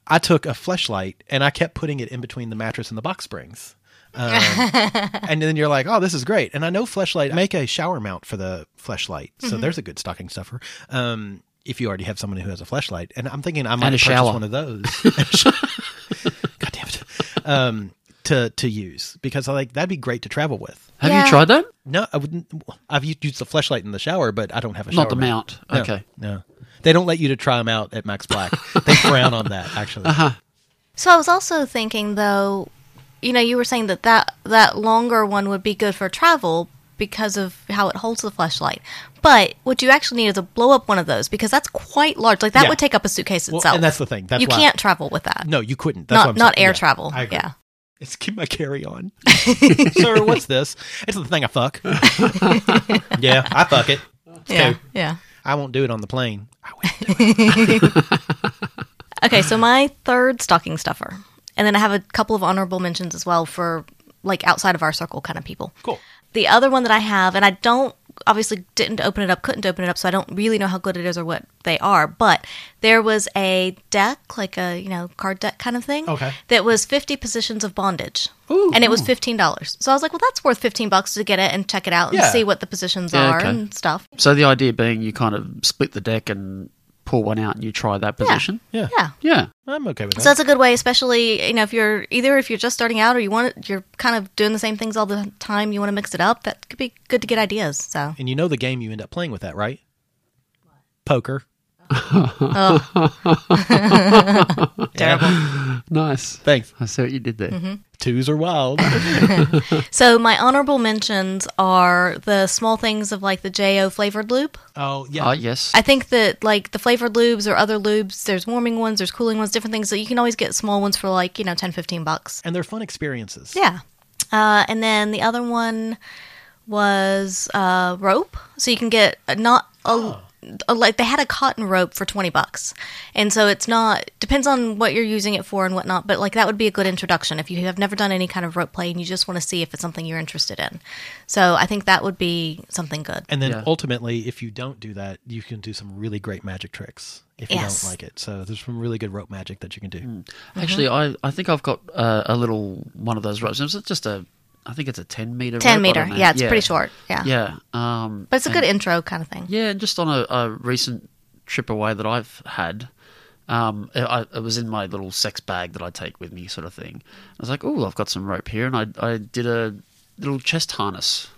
[SPEAKER 5] I took a flashlight and I kept putting it in between the mattress and the box springs. Um, and then you're like, oh, this is great. And I know flashlight make a shower mount for the flashlight, so there's a good stocking stuffer. Um, if you already have someone who has a flashlight, and I'm thinking I might
[SPEAKER 6] a
[SPEAKER 5] purchase
[SPEAKER 6] shower.
[SPEAKER 5] one of those. God damn it. Um, to to use because I like that'd be great to travel with.
[SPEAKER 6] Have
[SPEAKER 3] Yeah.
[SPEAKER 6] you tried that?
[SPEAKER 5] No, I wouldn't. I've used used the flashlight in the shower, but I don't have a shower.
[SPEAKER 6] Not the mount.
[SPEAKER 5] No,
[SPEAKER 6] Okay.
[SPEAKER 5] No, they don't let you to try them out at Max Black. they frown on that. Actually,
[SPEAKER 6] Uh-huh.
[SPEAKER 3] So I was also thinking though, you know, you were saying that that, that longer one would be good for travel because of how it holds the flashlight. But what you actually need is a blow up one of those because that's quite large. Like that
[SPEAKER 5] Yeah.
[SPEAKER 3] would take up a suitcase
[SPEAKER 5] Well,
[SPEAKER 3] itself.
[SPEAKER 5] and that's the thing. That's
[SPEAKER 3] you
[SPEAKER 5] why-
[SPEAKER 3] can't travel with that.
[SPEAKER 5] no, you couldn't. That's
[SPEAKER 3] not
[SPEAKER 5] what I'm
[SPEAKER 3] not
[SPEAKER 5] saying.
[SPEAKER 3] air
[SPEAKER 5] Yeah,
[SPEAKER 3] travel.
[SPEAKER 5] I agree.
[SPEAKER 3] Yeah.
[SPEAKER 5] It's keep my carry on. Sir, what's this? It's the thing I fuck. yeah, I fuck it.
[SPEAKER 3] Yeah.
[SPEAKER 5] cool.
[SPEAKER 3] Yeah.
[SPEAKER 5] I won't do it on the plane. I will.
[SPEAKER 3] Okay, so my third stocking stuffer. And then I have a couple of honorable mentions as well for like outside of our circle kind of people.
[SPEAKER 5] Cool.
[SPEAKER 3] The other one that I have, and I don't obviously didn't open it up, couldn't open it up, so I don't really know how good it is or what they are. But there was a deck, like a you know card deck kind of thing,
[SPEAKER 5] Okay.
[SPEAKER 3] that was fifty positions of bondage, and it was fifteen dollars. So I was like, well, that's worth fifteen bucks to get it and check it out and
[SPEAKER 5] Yeah.
[SPEAKER 3] see what the positions
[SPEAKER 6] Yeah,
[SPEAKER 3] are
[SPEAKER 6] okay.
[SPEAKER 3] and stuff.
[SPEAKER 6] So the idea being, you kind of split the deck and pull one out, and you try that position.
[SPEAKER 5] Yeah.
[SPEAKER 3] Yeah.
[SPEAKER 6] yeah.
[SPEAKER 5] I'm okay with that.
[SPEAKER 3] So that's a good way, especially you know if you're either if you're just starting out or you want you're kind of doing the same things all the time, you want to mix it up. That could be good to get ideas. So
[SPEAKER 5] and you know the game you end up playing with that, right? Poker.
[SPEAKER 3] Oh. terrible.
[SPEAKER 6] Nice.
[SPEAKER 5] Thanks.
[SPEAKER 6] I see what you did there.
[SPEAKER 5] Twos are wild.
[SPEAKER 3] So my honorable mentions are the small things of like the Jo flavored lube.
[SPEAKER 5] oh yeah.
[SPEAKER 6] Ah, yes.
[SPEAKER 3] I think that like the flavored lubes or other lubes, there's warming ones, there's cooling ones, different things that you can always get small ones for like you know 10, 15 bucks.
[SPEAKER 5] and they're fun experiences.
[SPEAKER 3] Yeah. Uh, and then the other one was uh, rope. So you can get a, not a, a- like they had a cotton rope for 20 bucks. And so it's not depends on what you're using it for and whatnot, but like that would be a good introduction if you have never done any kind of rope play and you just want to see if it's something you're interested in. So I think that would be something good.
[SPEAKER 5] And then
[SPEAKER 6] Yeah.
[SPEAKER 5] ultimately, if you don't do that, you can do some really great magic tricks if
[SPEAKER 3] Yes.
[SPEAKER 5] you don't like it. So there's some really good rope magic that you can do.
[SPEAKER 3] Mm-hmm.
[SPEAKER 6] Actually, I, I think I've got uh, a little one of those ropes. It's just a, I think it's a 10 meter
[SPEAKER 3] 10 meter. Yeah, it's pretty short. Yeah.
[SPEAKER 6] Yeah. Um,
[SPEAKER 3] But it's a
[SPEAKER 6] and-
[SPEAKER 3] good intro kind of thing.
[SPEAKER 6] Yeah, and just on a, a recent trip away that I've had, um, it, I, it was in my little sex bag that I take with me, sort of thing. I was like, oh, I've got some rope here, and I, I did a little chest harness.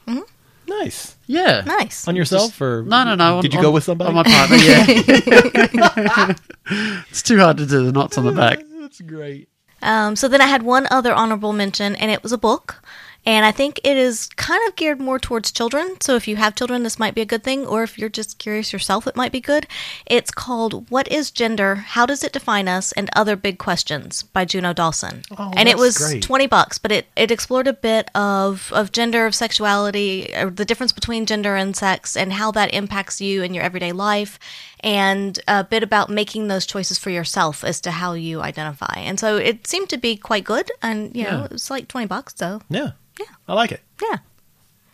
[SPEAKER 5] Nice
[SPEAKER 6] Yeah.
[SPEAKER 3] Nice.
[SPEAKER 5] on yourself or
[SPEAKER 6] No, no, no.
[SPEAKER 5] Did
[SPEAKER 6] on-
[SPEAKER 5] you go
[SPEAKER 6] on-
[SPEAKER 5] with somebody?
[SPEAKER 6] On my partner, yeah. it's too hard to do the knots on the back.
[SPEAKER 5] That's great.
[SPEAKER 3] Um, so then I had one other honorable mention, and it was a book. And I think it is kind of geared more towards children. So if you have children, this might be a good thing. Or if you're just curious yourself, it might be good. It's called What is Gender? How Does It Define Us? and Other Big Questions by Juno Dawson.
[SPEAKER 5] Oh,
[SPEAKER 3] and it
[SPEAKER 5] that's
[SPEAKER 3] was
[SPEAKER 5] great.
[SPEAKER 3] 20 bucks, but it, it explored a bit of, of gender, of sexuality, or the difference between gender and sex, and how that impacts you in your everyday life, and a bit about making those choices for yourself as to how you identify. And so it seemed to be quite good, and you know,
[SPEAKER 6] Yeah.
[SPEAKER 3] it was like 20 bucks, so
[SPEAKER 5] Yeah. Yeah. I like it.
[SPEAKER 3] yeah.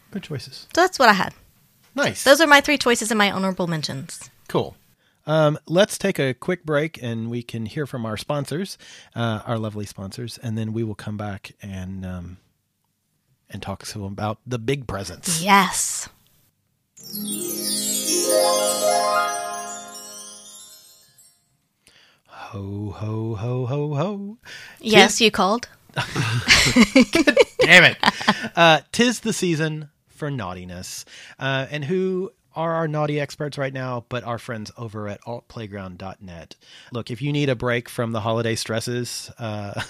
[SPEAKER 5] Good choices.
[SPEAKER 3] So that's what I had.
[SPEAKER 5] Nice.
[SPEAKER 3] Those are my three choices and my honorable mentions.
[SPEAKER 5] Cool. Um, let's take a quick break and we can hear from our sponsors, uh, our lovely sponsors, and then we will come back and um, and talk to them about the big presents.
[SPEAKER 3] Yes.
[SPEAKER 5] Ho ho ho ho ho!
[SPEAKER 3] Yes, you called.
[SPEAKER 5] Damn it! uh, tis the season for naughtiness, uh, and who are our naughty experts right now? But our friends over at altplayground.net. Look, if you need a break from the holiday stresses, uh,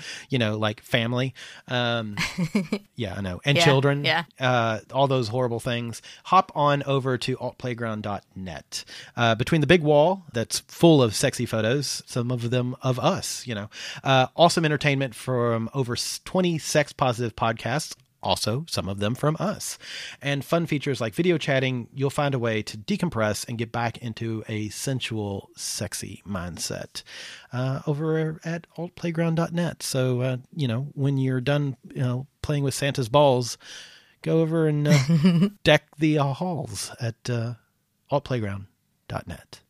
[SPEAKER 5] you know, like family, um, Yeah, I know. And
[SPEAKER 3] Yeah,
[SPEAKER 5] children.
[SPEAKER 3] yeah.
[SPEAKER 5] Uh, all those horrible things. Hop on over to altplayground.net. Uh, between the big wall that's full of sexy photos, some of them of us, you know. Uh, awesome entertainment from over s- 20 sex positive podcasts. Also, some of them from us. And fun features like video chatting, you'll find a way to decompress and get back into a sensual, sexy mindset uh, over at altplayground.net. So, uh, you know, when you're done, you know, playing with Santa's balls, go over and uh, deck the uh, halls at uh, altplayground.net.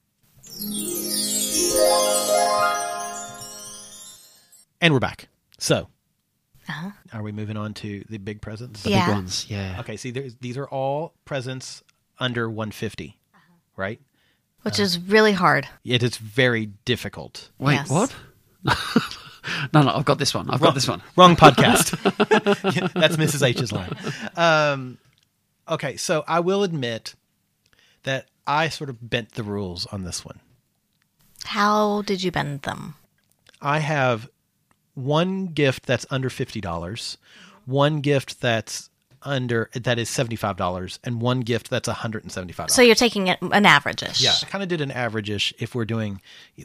[SPEAKER 5] And we're back. So,
[SPEAKER 3] Uh-huh.
[SPEAKER 5] are we moving on to the big presents?
[SPEAKER 3] Yeah.
[SPEAKER 6] Big ones, yeah.
[SPEAKER 5] Okay, see, there's, these are all presents under 150, right?
[SPEAKER 3] Which is really hard.
[SPEAKER 5] It is very difficult.
[SPEAKER 6] Wait,
[SPEAKER 3] Yes.
[SPEAKER 6] what? no, no, I've got this one. I've got this one.
[SPEAKER 5] Wrong podcast. Yeah, That's Mrs. H's line. Um, okay, so I will admit that I sort of bent the rules on this one.
[SPEAKER 3] How did you bend them?
[SPEAKER 5] I have one gift that's under fifty dollars, one gift that's under that is seventy five dollars, and one gift that's one hundred and seventy five dollars.
[SPEAKER 3] So you're taking it an average ish.
[SPEAKER 5] Yeah, I kind of did an average-ish if we're doing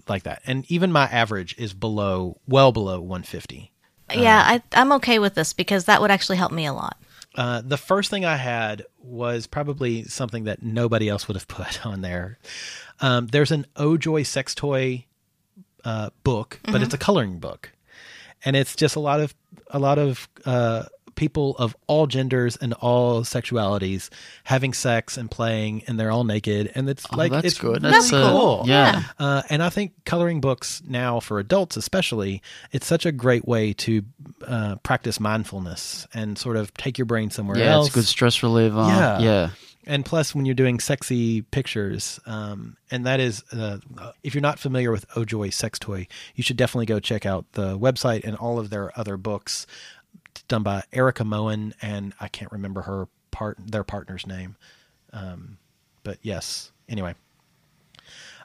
[SPEAKER 5] like that. And even my average is below, well below 150.
[SPEAKER 3] Yeah, I, I'm okay with this because that would actually help me a lot.
[SPEAKER 5] Uh, the first thing I had was probably something that nobody else would have put on there. Um, there's an Oh Joy sex toy uh, book, but it's a
[SPEAKER 6] Mm-hmm.
[SPEAKER 5] coloring book, and it's just a lot of a lot of uh, people of all genders and all sexualities having sex and playing, and they're all naked, and it's
[SPEAKER 6] Oh,
[SPEAKER 5] like
[SPEAKER 6] that's
[SPEAKER 5] it's
[SPEAKER 6] good.
[SPEAKER 5] That's
[SPEAKER 6] That's uh,
[SPEAKER 5] cool.
[SPEAKER 6] Yeah.
[SPEAKER 5] Uh, and I think coloring books now for adults, especially, it's such a great way to uh, practice mindfulness and sort of take your brain somewhere
[SPEAKER 6] Yeah,
[SPEAKER 5] else.
[SPEAKER 6] it's a good stress reliever.
[SPEAKER 5] Yeah.
[SPEAKER 6] yeah.
[SPEAKER 5] And plus, when you're doing sexy pictures, um, and that is, uh, if you're not familiar with Ojoy Sex Toy, you should definitely go check out the website and all of their other books It's done by Erica Moen and I can't remember her part their partner's name, um, but yes. Anyway,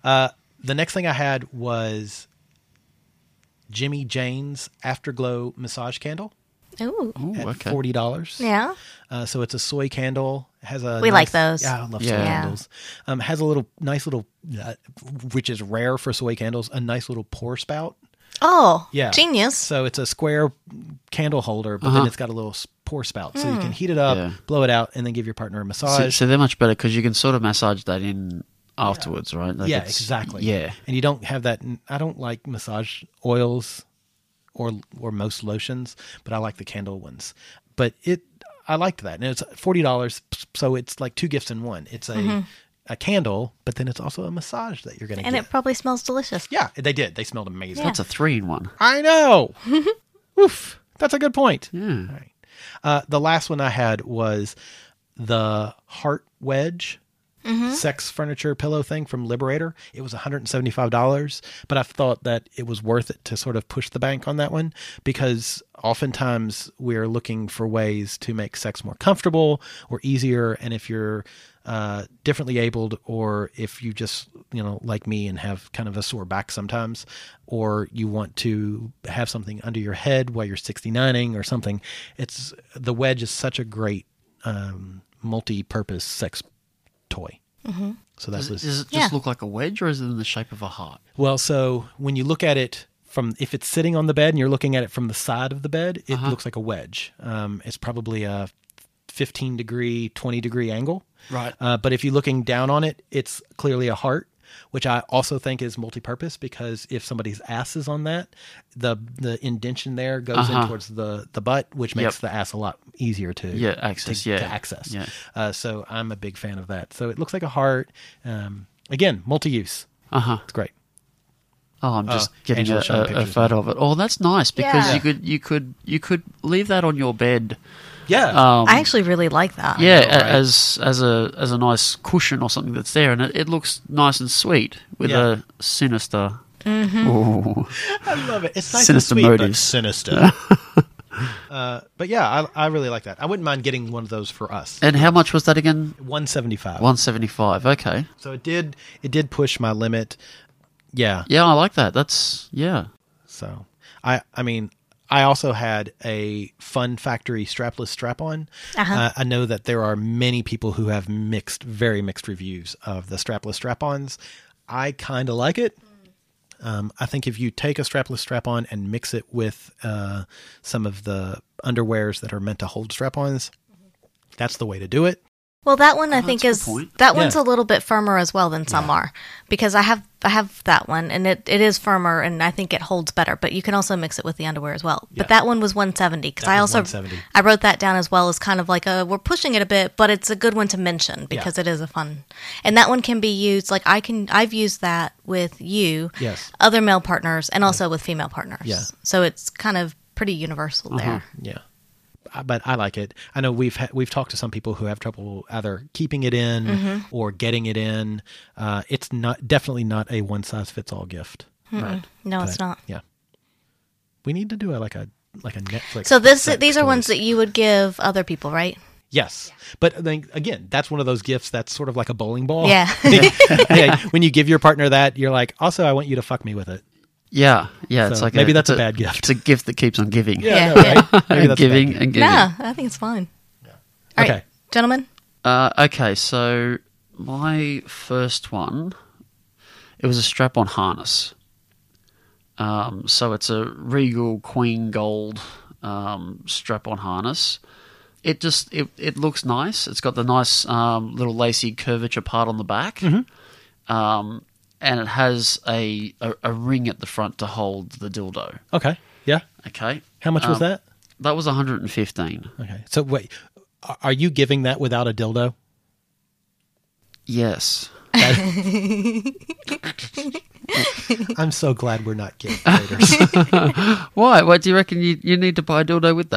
[SPEAKER 5] uh, the next thing I had was Jimmy Jane's Afterglow massage candle
[SPEAKER 3] Ooh.
[SPEAKER 6] Ooh,
[SPEAKER 5] at
[SPEAKER 6] okay.
[SPEAKER 5] forty dollars.
[SPEAKER 3] Yeah.
[SPEAKER 5] Uh, so it's a soy candle. Has a
[SPEAKER 3] We
[SPEAKER 5] nice-
[SPEAKER 3] like those.
[SPEAKER 5] Yeah, I love soy
[SPEAKER 6] Yeah.
[SPEAKER 5] candles. Um, has a little nice little, uh, which is rare for soy candles, a nice little pour spout.
[SPEAKER 3] Oh,
[SPEAKER 5] Yeah,
[SPEAKER 3] genius.
[SPEAKER 5] So it's a square candle holder, but then it's got a little s- pour spout, so you
[SPEAKER 3] Hmm.
[SPEAKER 5] can heat it up,
[SPEAKER 6] Uh-huh. Yeah.
[SPEAKER 5] blow it out, and then give your partner a
[SPEAKER 6] So,
[SPEAKER 5] massage.
[SPEAKER 6] so they're much better because you can sort of massage that in afterwards, right? Like
[SPEAKER 5] yeah,
[SPEAKER 6] it's-
[SPEAKER 5] exactly.
[SPEAKER 6] Yeah.
[SPEAKER 5] and you don't have that. I don't like massage oils, or or most lotions, but I like the candle ones. But it, I liked that, and it's forty dollars, so it's like two gifts in one. It's a a candle, but then it's also a massage that you're going to
[SPEAKER 3] Mm-hmm. And
[SPEAKER 5] get.
[SPEAKER 3] it probably smells delicious.
[SPEAKER 5] yeah, they did. They smelled amazing.
[SPEAKER 6] That's a three in one.
[SPEAKER 5] I know. Oof. That's a good point.
[SPEAKER 6] Hmm.
[SPEAKER 5] All right. Uh, the last one I had was the heart wedge sex furniture pillow thing from Liberator. It was $175, but I thought that it was worth it to sort of push the bank on that one because oftentimes we're looking for ways to make sex more comfortable or easier. And if you're uh, differently abled, or if you just, you know, like me and have kind of a sore back sometimes, or you want to have something under your head while you're 69ing or something, it's the wedge is such a great um, multi purpose sex toy. So that
[SPEAKER 6] Does it,
[SPEAKER 5] was
[SPEAKER 6] does it just
[SPEAKER 3] Yeah.
[SPEAKER 6] look like a wedge, or is it in the shape of a heart?
[SPEAKER 5] well. So when you look at it from if it's sitting on the bed and you're looking at it from the side of the bed, it looks like a wedge. Um, it's probably a 15 degree, 20 degree angle.
[SPEAKER 6] Right.
[SPEAKER 5] Uh, but if you're looking down on it, it's clearly a heart, which I also think is multi-purpose because if somebody's ass is on that, the the indention there goes in towards the the butt, which makes the ass a lot easier to
[SPEAKER 6] Yeah, access,
[SPEAKER 5] to,
[SPEAKER 6] yeah.
[SPEAKER 5] to access.
[SPEAKER 6] Yeah.
[SPEAKER 5] Uh, so I'm a big fan of that. So it looks like a heart. Um, again, multi-use.
[SPEAKER 6] Uh huh.
[SPEAKER 5] It's great.
[SPEAKER 6] Oh, I'm just
[SPEAKER 5] Oh,
[SPEAKER 6] getting a,
[SPEAKER 5] Angela's showing
[SPEAKER 6] a- a
[SPEAKER 5] pictures
[SPEAKER 6] photo of it. Oh, that's nice because
[SPEAKER 3] Yeah.
[SPEAKER 6] you could you could you could leave that on your bed.
[SPEAKER 5] Yeah.
[SPEAKER 6] Um,
[SPEAKER 3] I actually really like that.
[SPEAKER 6] yeah,
[SPEAKER 5] know,
[SPEAKER 6] a-
[SPEAKER 5] right?
[SPEAKER 6] as as a as a nice cushion or something that's there, and it, it looks nice and sweet with
[SPEAKER 5] Yeah.
[SPEAKER 6] a sinister. Ooh.
[SPEAKER 5] I love it. It's nice
[SPEAKER 6] Sinister
[SPEAKER 5] and sweet, but
[SPEAKER 6] motives.
[SPEAKER 5] sinister. uh, but yeah, I, I really like that. I wouldn't mind getting one of those for us.
[SPEAKER 6] And how much was that again?
[SPEAKER 5] 175.
[SPEAKER 6] One seventy five. Okay.
[SPEAKER 5] So it did it did push my limit. Yeah.
[SPEAKER 6] Yeah, I like that. That's yeah.
[SPEAKER 5] So I I mean I also had a Fun Factory strapless strap on.
[SPEAKER 3] Uh-huh.
[SPEAKER 5] I know that there are many people who have mixed, very mixed reviews of the strapless strap ons. I kind of like it. Um, I think if you take a strapless strap on and mix it with uh, some of the underwears that are meant to hold strap ons, that's the way to do it.
[SPEAKER 3] Well, that one I
[SPEAKER 6] Oh,
[SPEAKER 3] think
[SPEAKER 6] that's a
[SPEAKER 3] is
[SPEAKER 6] good point.
[SPEAKER 3] that one's a
[SPEAKER 5] Yeah.
[SPEAKER 3] little bit firmer as well than some are because I have I have that one and it, it is firmer and I think it holds better. But you can also mix it with the underwear as well.
[SPEAKER 5] Yeah.
[SPEAKER 3] But that one was 170 because
[SPEAKER 5] That
[SPEAKER 3] I
[SPEAKER 5] was
[SPEAKER 3] also
[SPEAKER 5] 170.
[SPEAKER 3] I wrote that down as well as kind of like a we're pushing it a bit, but it's a good one to mention because it is a fun and that one can be used like I can I've used that with you,
[SPEAKER 5] Yes.
[SPEAKER 3] other male partners and also with female partners.
[SPEAKER 5] Yeah.
[SPEAKER 3] so it's kind of pretty universal there.
[SPEAKER 5] Yeah. Uh, But I like it. I know we've ha- we've talked to some people who have trouble either keeping it in
[SPEAKER 3] Mm-hmm.
[SPEAKER 5] or getting it in. Uh, it's not definitely not a one size fits all gift. Right.
[SPEAKER 3] No,
[SPEAKER 5] But,
[SPEAKER 3] it's not.
[SPEAKER 5] Yeah. We need to do a, like a like a Netflix.
[SPEAKER 3] So this
[SPEAKER 5] sex
[SPEAKER 3] these are
[SPEAKER 5] toys.
[SPEAKER 3] ones that you would give other people, right?
[SPEAKER 5] Yes, but then again, that's one of those gifts that's sort of like a bowling ball.
[SPEAKER 3] Yeah.
[SPEAKER 5] Oh. Yeah, When you give your partner that, you're like, also, I want you to fuck me with it.
[SPEAKER 6] Yeah, yeah. it's
[SPEAKER 5] So
[SPEAKER 6] like
[SPEAKER 5] maybe
[SPEAKER 6] a,
[SPEAKER 5] that's
[SPEAKER 6] it's
[SPEAKER 5] a bad gift.
[SPEAKER 6] It's a gift that keeps on giving.
[SPEAKER 5] I
[SPEAKER 3] Yeah.
[SPEAKER 5] know, right? Maybe that's a
[SPEAKER 6] and
[SPEAKER 5] bad
[SPEAKER 6] giving
[SPEAKER 5] gift.
[SPEAKER 6] and giving.
[SPEAKER 3] No, I think it's fine. All right,
[SPEAKER 5] Okay.
[SPEAKER 3] gentlemen.
[SPEAKER 6] Uh, okay, so my first one, it was a strap-on harness. Um, so it's a Regal Queen Gold um, strap-on harness. It just it, it looks nice. It's got the nice um, little lacy curvature part on the back, um, and it has a, a a ring at the front to hold the dildo.
[SPEAKER 5] Okay. Yeah.
[SPEAKER 6] Okay,
[SPEAKER 5] How much was
[SPEAKER 6] Um,
[SPEAKER 5] that?
[SPEAKER 6] That was 115.
[SPEAKER 5] Okay. So wait, are- are you giving that without a dildo?
[SPEAKER 6] Yes.
[SPEAKER 5] I'm so glad we're not gift
[SPEAKER 6] Uh,
[SPEAKER 5] traders.
[SPEAKER 6] Why? Why do you reckon you, you need to buy a dildo with that?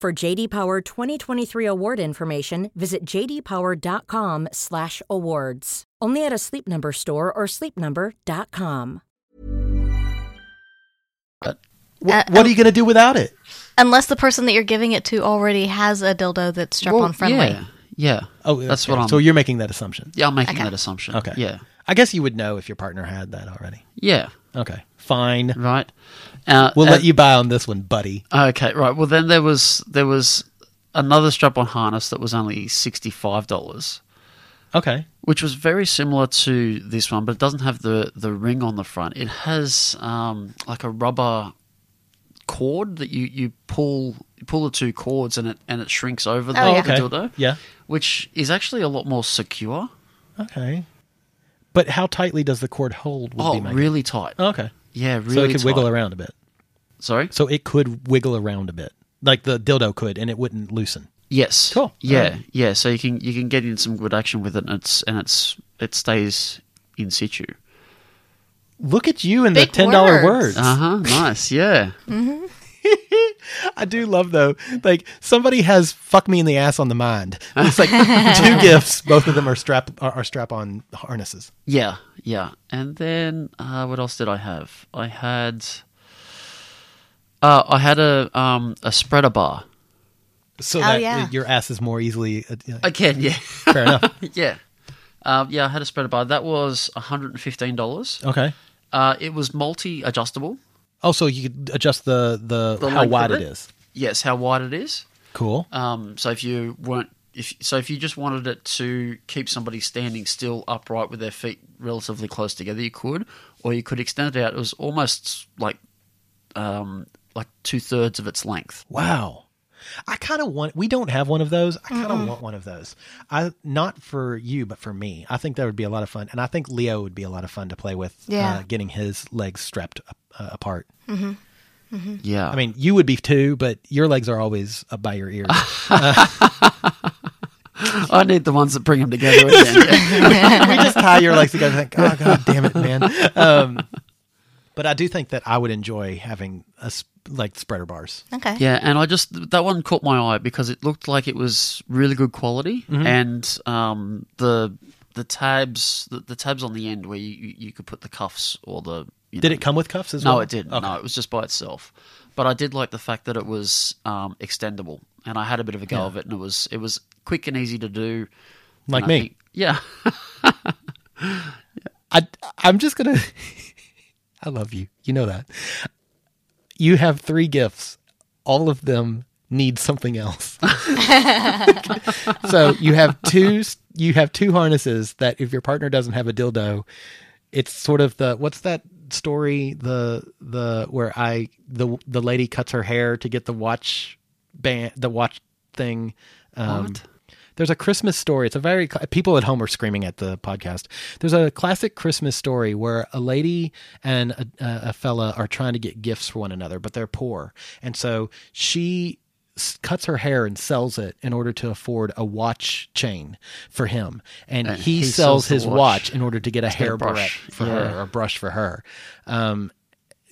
[SPEAKER 7] For JD Power 2023 award information, visit jdpower.com/awards. Only at a Sleep Number store or sleepnumber.com.
[SPEAKER 6] uh,
[SPEAKER 5] What,
[SPEAKER 6] oh.
[SPEAKER 5] what are you going to do without it?
[SPEAKER 3] Unless the person that you're giving it to already has a dildo that's strap on friendly.
[SPEAKER 6] Yeah, yeah.
[SPEAKER 5] Oh,
[SPEAKER 6] that's
[SPEAKER 5] okay.
[SPEAKER 6] what I'm.
[SPEAKER 5] So you're making that assumption.
[SPEAKER 6] yeah, I'm making
[SPEAKER 3] Okay.
[SPEAKER 6] that assumption.
[SPEAKER 5] Okay.
[SPEAKER 6] Yeah.
[SPEAKER 5] I guess you would know if your partner had that already.
[SPEAKER 6] Yeah.
[SPEAKER 5] Okay. Fine.
[SPEAKER 6] Right. Uh,
[SPEAKER 5] We'll
[SPEAKER 6] uh,
[SPEAKER 5] let you buy on this one, buddy.
[SPEAKER 6] Okay. Right. Well, then there was there was another strap-on harness that was only sixty-five dollars.
[SPEAKER 5] Okay.
[SPEAKER 6] which was very similar to this one, but it doesn't have the the ring on the front. It has um, like a rubber cord that you, you pull you pull the two cords and it and it shrinks over the,
[SPEAKER 3] Oh,
[SPEAKER 6] the
[SPEAKER 5] okay.
[SPEAKER 6] dildo,
[SPEAKER 5] Yeah.
[SPEAKER 6] which is actually a lot more secure.
[SPEAKER 5] Okay. But how tightly does the cord hold? Would
[SPEAKER 6] Oh,
[SPEAKER 5] be my
[SPEAKER 6] really tight.
[SPEAKER 5] Okay.
[SPEAKER 6] Yeah, really.
[SPEAKER 5] so it could wiggle
[SPEAKER 6] tight.
[SPEAKER 5] around a bit.
[SPEAKER 6] Sorry.
[SPEAKER 5] So it could wiggle around a bit, like the dildo could, and it wouldn't loosen.
[SPEAKER 6] Yes.
[SPEAKER 5] Cool.
[SPEAKER 6] Yeah,
[SPEAKER 5] Alright.
[SPEAKER 6] yeah. So you can you can get in some good action with it, and it's and it's it stays in situ.
[SPEAKER 5] Look at you and the
[SPEAKER 3] Big
[SPEAKER 5] ten dollar
[SPEAKER 3] words.
[SPEAKER 5] words.
[SPEAKER 6] Uh huh. nice. Yeah.
[SPEAKER 5] I do love though. Like somebody has "fuck me in the ass" on the mind. It's like two gifts. Both of them are strap are, are strap on harnesses.
[SPEAKER 6] Yeah, yeah. And then uh, what else did I have? I had uh, I had a um, a spreader bar.
[SPEAKER 5] So
[SPEAKER 3] Oh,
[SPEAKER 5] that
[SPEAKER 3] yeah.
[SPEAKER 5] your ass is more easily. Uh, yeah,
[SPEAKER 6] Again, yeah,
[SPEAKER 5] fair enough.
[SPEAKER 6] yeah, um, yeah. I had a spreader bar. That was one hundred and fifteen dollars.
[SPEAKER 5] Okay.
[SPEAKER 6] Uh, it was multi adjustable.
[SPEAKER 5] Oh, so you could adjust the the,
[SPEAKER 6] The
[SPEAKER 5] how
[SPEAKER 6] length
[SPEAKER 5] wide
[SPEAKER 6] of
[SPEAKER 5] it
[SPEAKER 6] it?
[SPEAKER 5] is.
[SPEAKER 6] Yes, how wide it is.
[SPEAKER 5] Cool.
[SPEAKER 6] Um, so if you weren't, if so, if you just wanted it to keep somebody standing still upright with their feet relatively close together, you could, or you could extend it out. It was almost like um, like two thirds of its length.
[SPEAKER 5] Wow. I kind of want. We don't have one of those. I kind of want one of those. I not for you, but for me. I think that would be a lot of fun, and I think Leo would be a lot of fun to play with.
[SPEAKER 3] Yeah.
[SPEAKER 5] Uh, getting his legs strapped uh, apart.
[SPEAKER 6] Yeah,
[SPEAKER 5] Mm-hmm. I mean, you would be too, but your legs are always up by your ears.
[SPEAKER 6] I need the ones that bring them together. again.
[SPEAKER 5] we just tie your legs together. and Think, oh god, damn it, man. Um, but I do think that I would enjoy having a sp- like spreader bars.
[SPEAKER 3] Okay.
[SPEAKER 6] yeah, and I just that one caught my eye because it looked like it was really good quality,
[SPEAKER 5] Mm-hmm.
[SPEAKER 6] and um, the the tabs the, the tabs on the end where you, you, you could put the cuffs or the you
[SPEAKER 5] Did
[SPEAKER 6] know-
[SPEAKER 5] it come with cuffs as
[SPEAKER 6] No,
[SPEAKER 5] well?
[SPEAKER 6] it didn't. No, it was just by itself. But I did like the fact that it was um, extendable, and I had a bit of a go of it, and it was it was quick and easy to do.
[SPEAKER 5] Like
[SPEAKER 6] And I
[SPEAKER 5] me.
[SPEAKER 6] think- yeah.
[SPEAKER 5] I I'm just gonna. I love you. You know that. You have three gifts. All of them need something else. so you have two. You have two harnesses that if your partner doesn't have a dildo, it's sort of the what's that story the the where I the the lady cuts her hair to get the watch band the watch thing.
[SPEAKER 6] Oh,
[SPEAKER 5] Um, there's a Christmas story. It's a very cla- people at home are screaming at the podcast. There's a classic Christmas story where a lady and a, a fella are trying to get gifts for one another, but they're poor, and so she s- cuts her hair and sells it in order to afford a watch chain for him, and, he,
[SPEAKER 6] he
[SPEAKER 5] sells,
[SPEAKER 6] sells the
[SPEAKER 5] his watch.
[SPEAKER 6] watch.
[SPEAKER 5] in order to get a hair barrette
[SPEAKER 6] brush.
[SPEAKER 5] for
[SPEAKER 6] Yeah.
[SPEAKER 5] her or a brush for her. Um,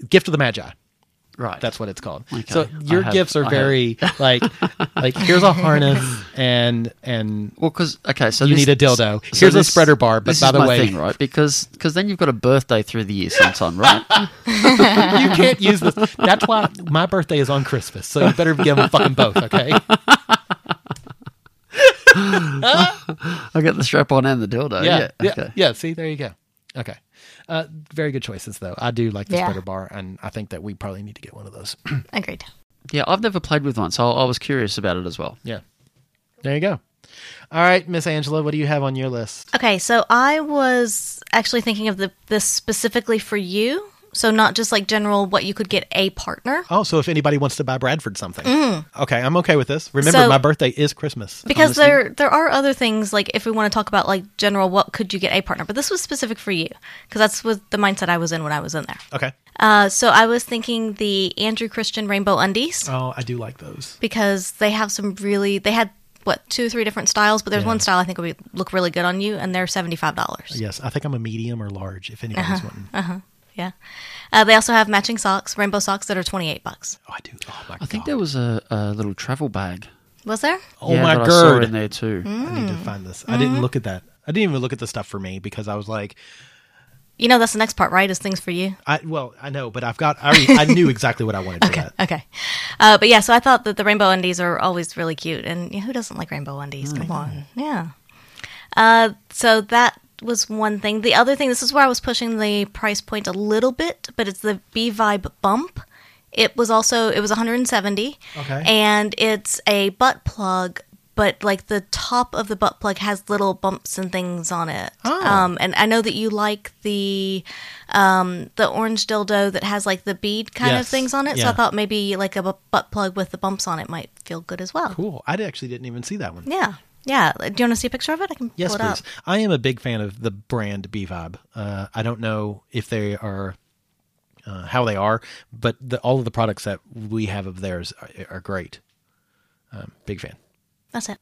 [SPEAKER 5] gift of the Magi.
[SPEAKER 6] Right.
[SPEAKER 5] That's what it's called.
[SPEAKER 6] Okay.
[SPEAKER 5] So your
[SPEAKER 6] I have-
[SPEAKER 5] gifts are
[SPEAKER 6] I have-
[SPEAKER 5] very like like here's a harness and and
[SPEAKER 6] Well, because okay, so
[SPEAKER 5] You
[SPEAKER 6] this-
[SPEAKER 5] need a dildo.
[SPEAKER 6] so
[SPEAKER 5] Here's a
[SPEAKER 6] this-
[SPEAKER 5] spreader bar, but
[SPEAKER 6] this
[SPEAKER 5] by
[SPEAKER 6] is
[SPEAKER 5] the
[SPEAKER 6] my
[SPEAKER 5] way-
[SPEAKER 6] thing, right? Because because then you've got a birthday through the year sometime, right?
[SPEAKER 5] you can't use this. That's why my birthday is on Christmas, so you better give them fucking both, okay?
[SPEAKER 6] I get the strap on and the dildo.
[SPEAKER 5] Oh, Yeah,
[SPEAKER 6] Yeah,
[SPEAKER 5] yeah,
[SPEAKER 6] okay.
[SPEAKER 5] yeah. See, there you go. Okay, uh, very good choices though. I do like the
[SPEAKER 3] Yeah.
[SPEAKER 5] spreader bar, and I think that we probably need to get one of those.
[SPEAKER 3] Agreed.
[SPEAKER 6] Yeah, I've never played with one, so I was curious about it as well.
[SPEAKER 5] yeah, there you go. All right, Miss Angela, what do you have on your list?
[SPEAKER 3] Okay, so I was actually thinking of the this specifically for you. So not just like general what you could get a partner.
[SPEAKER 5] Oh, so if anybody wants to buy Bradford something, okay, I'm okay with this. Remember,
[SPEAKER 3] Mm. So-
[SPEAKER 5] my birthday is Christmas.
[SPEAKER 3] Because there there are other things like if we want to talk about like general what could you get a partner, but this was specific for you because that's what the mindset I was in when I was in there.
[SPEAKER 5] Okay.
[SPEAKER 3] Uh, so I was thinking the Andrew Christian Rainbow Undies
[SPEAKER 5] Oh, I do like those.
[SPEAKER 3] because they have some really they had what two or three different styles, but there's one style I think would be, look really good on you, and they're seventy five dollars.
[SPEAKER 5] Yes, I think I'm a medium or large. If anybody's
[SPEAKER 3] Uh-huh.
[SPEAKER 5] wanting, oh,
[SPEAKER 3] Yeah, uh, they also have matching socks, rainbow socks that are twenty eight bucks.
[SPEAKER 5] I do. Oh my
[SPEAKER 6] I think
[SPEAKER 5] god,
[SPEAKER 6] there was a, a little travel bag.
[SPEAKER 3] Was there?
[SPEAKER 5] oh
[SPEAKER 6] yeah,
[SPEAKER 5] my
[SPEAKER 6] that I saw
[SPEAKER 5] god,
[SPEAKER 6] in there too.
[SPEAKER 5] I need to
[SPEAKER 3] Mm.
[SPEAKER 5] find this. I
[SPEAKER 3] Mm-hmm.
[SPEAKER 5] didn't look at that. I didn't even look at the stuff for me because I was like,
[SPEAKER 3] You know, that's the next part, right? Is things for you.
[SPEAKER 5] I well, I know, but I've got. I, already- I knew exactly what I wanted for that.
[SPEAKER 3] Okay, uh, but yeah, so I thought that the rainbow undies are always really cute, and yeah, who doesn't like rainbow undies? Come on, yeah. Uh, so that was one thing. The other thing, this is where I was pushing the price point a little bit, but it's the B Vibe Bump. It was also it was 170,
[SPEAKER 5] Okay.
[SPEAKER 3] and it's a butt plug. But like the top of the butt plug has little bumps and things on it,
[SPEAKER 5] Oh.
[SPEAKER 3] um, and I know that you like the um, the orange dildo that has like the bead kind of
[SPEAKER 5] Yes.
[SPEAKER 3] things on it. So
[SPEAKER 5] Yeah.
[SPEAKER 3] I thought maybe like a bu- butt plug with the bumps on it might feel good as well.
[SPEAKER 5] Cool. I actually didn't even see that one.
[SPEAKER 3] Yeah, yeah. Do you want to see a picture of it? I can
[SPEAKER 5] Yes,
[SPEAKER 3] pull it
[SPEAKER 5] please.
[SPEAKER 3] up.
[SPEAKER 5] I am a big fan of the brand B Vibe. Uh, I don't know if they are uh, how they are, but the, all of the products that we have of theirs are, are great. Um, big fan.
[SPEAKER 3] That's it.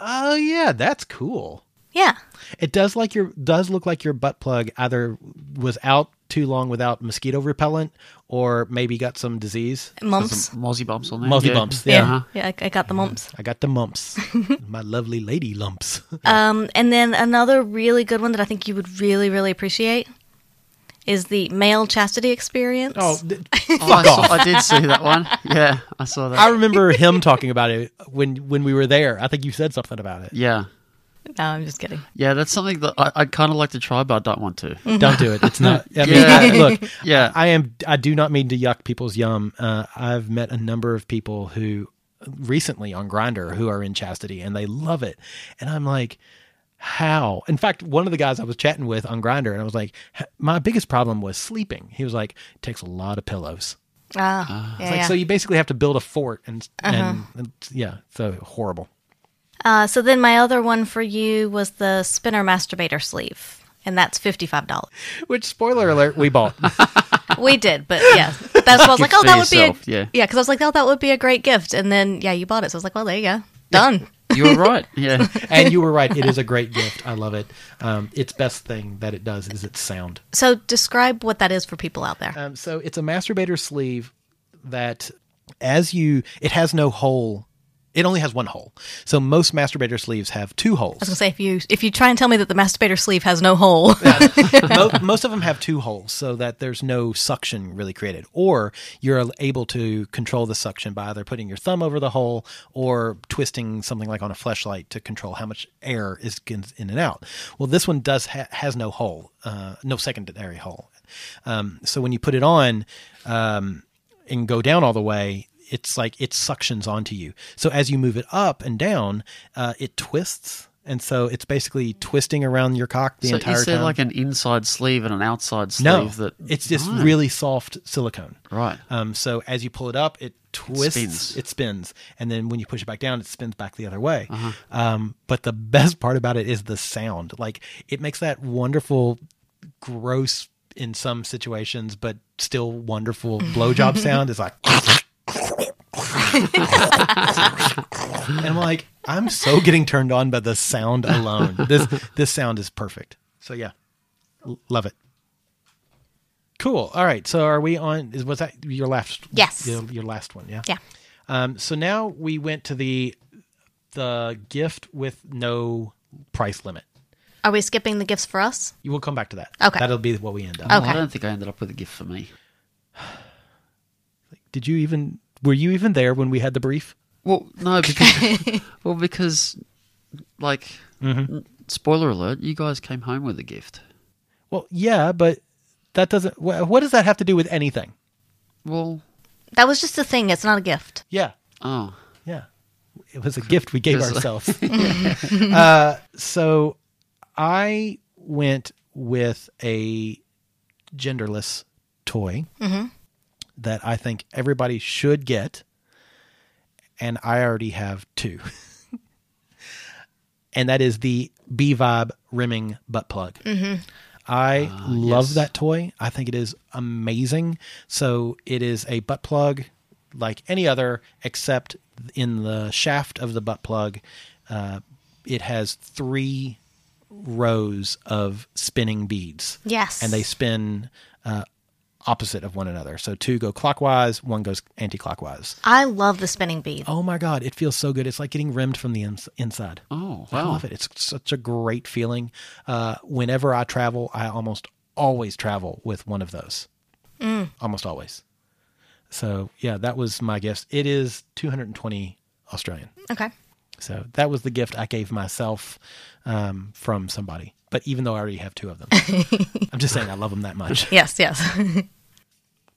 [SPEAKER 5] Oh yeah, that's cool.
[SPEAKER 3] Yeah.
[SPEAKER 5] It does like your does look like your butt plug either was out too long without mosquito repellent, or maybe got some disease.
[SPEAKER 3] Mumps.
[SPEAKER 6] Mozzie bumps on there.
[SPEAKER 5] Muzzy
[SPEAKER 6] yeah.
[SPEAKER 5] bumps.
[SPEAKER 3] Yeah.
[SPEAKER 5] Yeah. Uh-huh. Mm-hmm.
[SPEAKER 3] Yeah, I, I got the mumps.
[SPEAKER 5] I got the mumps. My lovely lady lumps.
[SPEAKER 3] Um, and then another really good one that I think you would really, really appreciate is the male chastity experience.
[SPEAKER 5] oh, th-
[SPEAKER 6] Oh, I, saw, I did see that one. Yeah, I saw that.
[SPEAKER 5] I remember him talking about it when when we were there. I think you said something about it.
[SPEAKER 6] yeah.
[SPEAKER 3] no, I'm just kidding.
[SPEAKER 6] Yeah, that's something that I, I kind of like to try, but I don't want to.
[SPEAKER 5] Don't do it. It's not. I mean,
[SPEAKER 6] Yeah.
[SPEAKER 5] I- look,
[SPEAKER 6] Yeah.
[SPEAKER 5] Mm. I am. I do not mean to yuck people's yum. Uh, I've met a number of people who recently on Grinder who are in chastity and they love it, and I'm like. How? In fact, one of the guys I was chatting with on Grinder, and I was like, "H- "My biggest problem was sleeping." He was like, "It "Takes a lot of pillows."
[SPEAKER 3] Ah, yeah,
[SPEAKER 5] It's like,
[SPEAKER 3] yeah.
[SPEAKER 5] So you basically have to build a fort, and, and, and yeah, so horrible.
[SPEAKER 3] Uh, so then my other one for you was the spinner masturbator sleeve, and that's fifty five dollars.
[SPEAKER 5] Which spoiler alert, we bought.
[SPEAKER 3] we did, but yeah, that's why I was like,
[SPEAKER 6] Gift
[SPEAKER 3] oh,
[SPEAKER 6] for
[SPEAKER 3] that would
[SPEAKER 6] yourself,
[SPEAKER 3] be a
[SPEAKER 6] yeah.
[SPEAKER 3] yeah, because I was like, oh, that would be a great gift, and then yeah, you bought it, so I was like, well, there you go, done.
[SPEAKER 6] You were right. Yeah.
[SPEAKER 5] and you were right. It is a great gift. I love it. Um, its best thing that it does is its sound.
[SPEAKER 3] so describe what that is for people out there.
[SPEAKER 5] Um, so it's a masturbator sleeve that, as you, it has no hole. It only has one hole. So most masturbator sleeves have two holes.
[SPEAKER 3] I was gonna say if you if you try and tell me that the masturbator sleeve has no hole,
[SPEAKER 5] Mo- most of them have two holes so that there's no suction really created or you're able to control the suction by either putting your thumb over the hole or twisting something like on a flashlight to control how much air is gets in and out well this one does ha- has no hole uh, no secondary hole um, so when you put it on um, and go down all the way it's like it suctions onto you so as you move it up and down uh, it twists and so it's basically twisting around your cock the
[SPEAKER 6] so
[SPEAKER 5] entire
[SPEAKER 6] is there
[SPEAKER 5] time
[SPEAKER 6] like an inside sleeve and an outside sleeve
[SPEAKER 5] no,
[SPEAKER 6] that
[SPEAKER 5] it's just
[SPEAKER 6] Right.
[SPEAKER 5] really soft silicone.
[SPEAKER 6] Right.
[SPEAKER 5] Um, so as you pull it up, it twists, it spins.
[SPEAKER 6] spins.
[SPEAKER 5] and then when you push it back down, it spins back the other way.
[SPEAKER 6] Uh-huh.
[SPEAKER 5] Um, but the best part about it is the sound. Like it makes that wonderful, gross in some situations, but still wonderful blowjob sound. It's like, and I'm like, I'm so getting turned on by the sound alone. This this sound is perfect. So yeah, L- love it. Cool. All right. So are we on? Is was that your last?
[SPEAKER 3] Yes.
[SPEAKER 5] Your, your last one. Yeah.
[SPEAKER 3] yeah.
[SPEAKER 5] Um. So now we went to the the gift with no price limit.
[SPEAKER 3] Are we skipping the gifts for us?
[SPEAKER 5] You will come back to that.
[SPEAKER 3] Okay.
[SPEAKER 5] That'll be what we end up.
[SPEAKER 6] Oh,
[SPEAKER 3] Okay.
[SPEAKER 6] I don't think I ended up with a gift for me.
[SPEAKER 5] Did you even? Were you even there when we had the brief?
[SPEAKER 6] Well, no, because well because like n- spoiler alert, you guys came home with a gift.
[SPEAKER 5] Well, yeah, but that doesn't. Wh- what does that have to do with anything?
[SPEAKER 6] Well,
[SPEAKER 3] That was just a thing. It's not a gift.
[SPEAKER 5] Yeah.
[SPEAKER 6] oh,
[SPEAKER 5] Yeah. It was a gift we gave
[SPEAKER 6] Just-
[SPEAKER 5] ourselves. uh, so I went with a genderless toy that I think everybody should get. And I already have two. and that is the B Vibe Rimming Butt Plug. I love that toy. I think it is amazing. So it is a butt plug like any other, except in the shaft of the butt plug, Uh, it has three rows of spinning beads.
[SPEAKER 3] Yes.
[SPEAKER 5] And they spin uh, opposite of one another. So two go clockwise, one goes anti clockwise.
[SPEAKER 3] I love the spinning bead.
[SPEAKER 5] Oh my God, it feels so good. It's like getting rimmed from the ins- inside.
[SPEAKER 6] Oh,
[SPEAKER 5] I
[SPEAKER 6] wow.
[SPEAKER 5] love it. It's such a great feeling. Uh, whenever I travel, I almost always travel with one of those. Almost always. So, yeah, that was my guess. It is 220 Australian.
[SPEAKER 3] Okay.
[SPEAKER 5] So that was the gift I gave myself um, from somebody. But even though I already have two of them, I'm just saying I love them that much.
[SPEAKER 3] Yes, yes.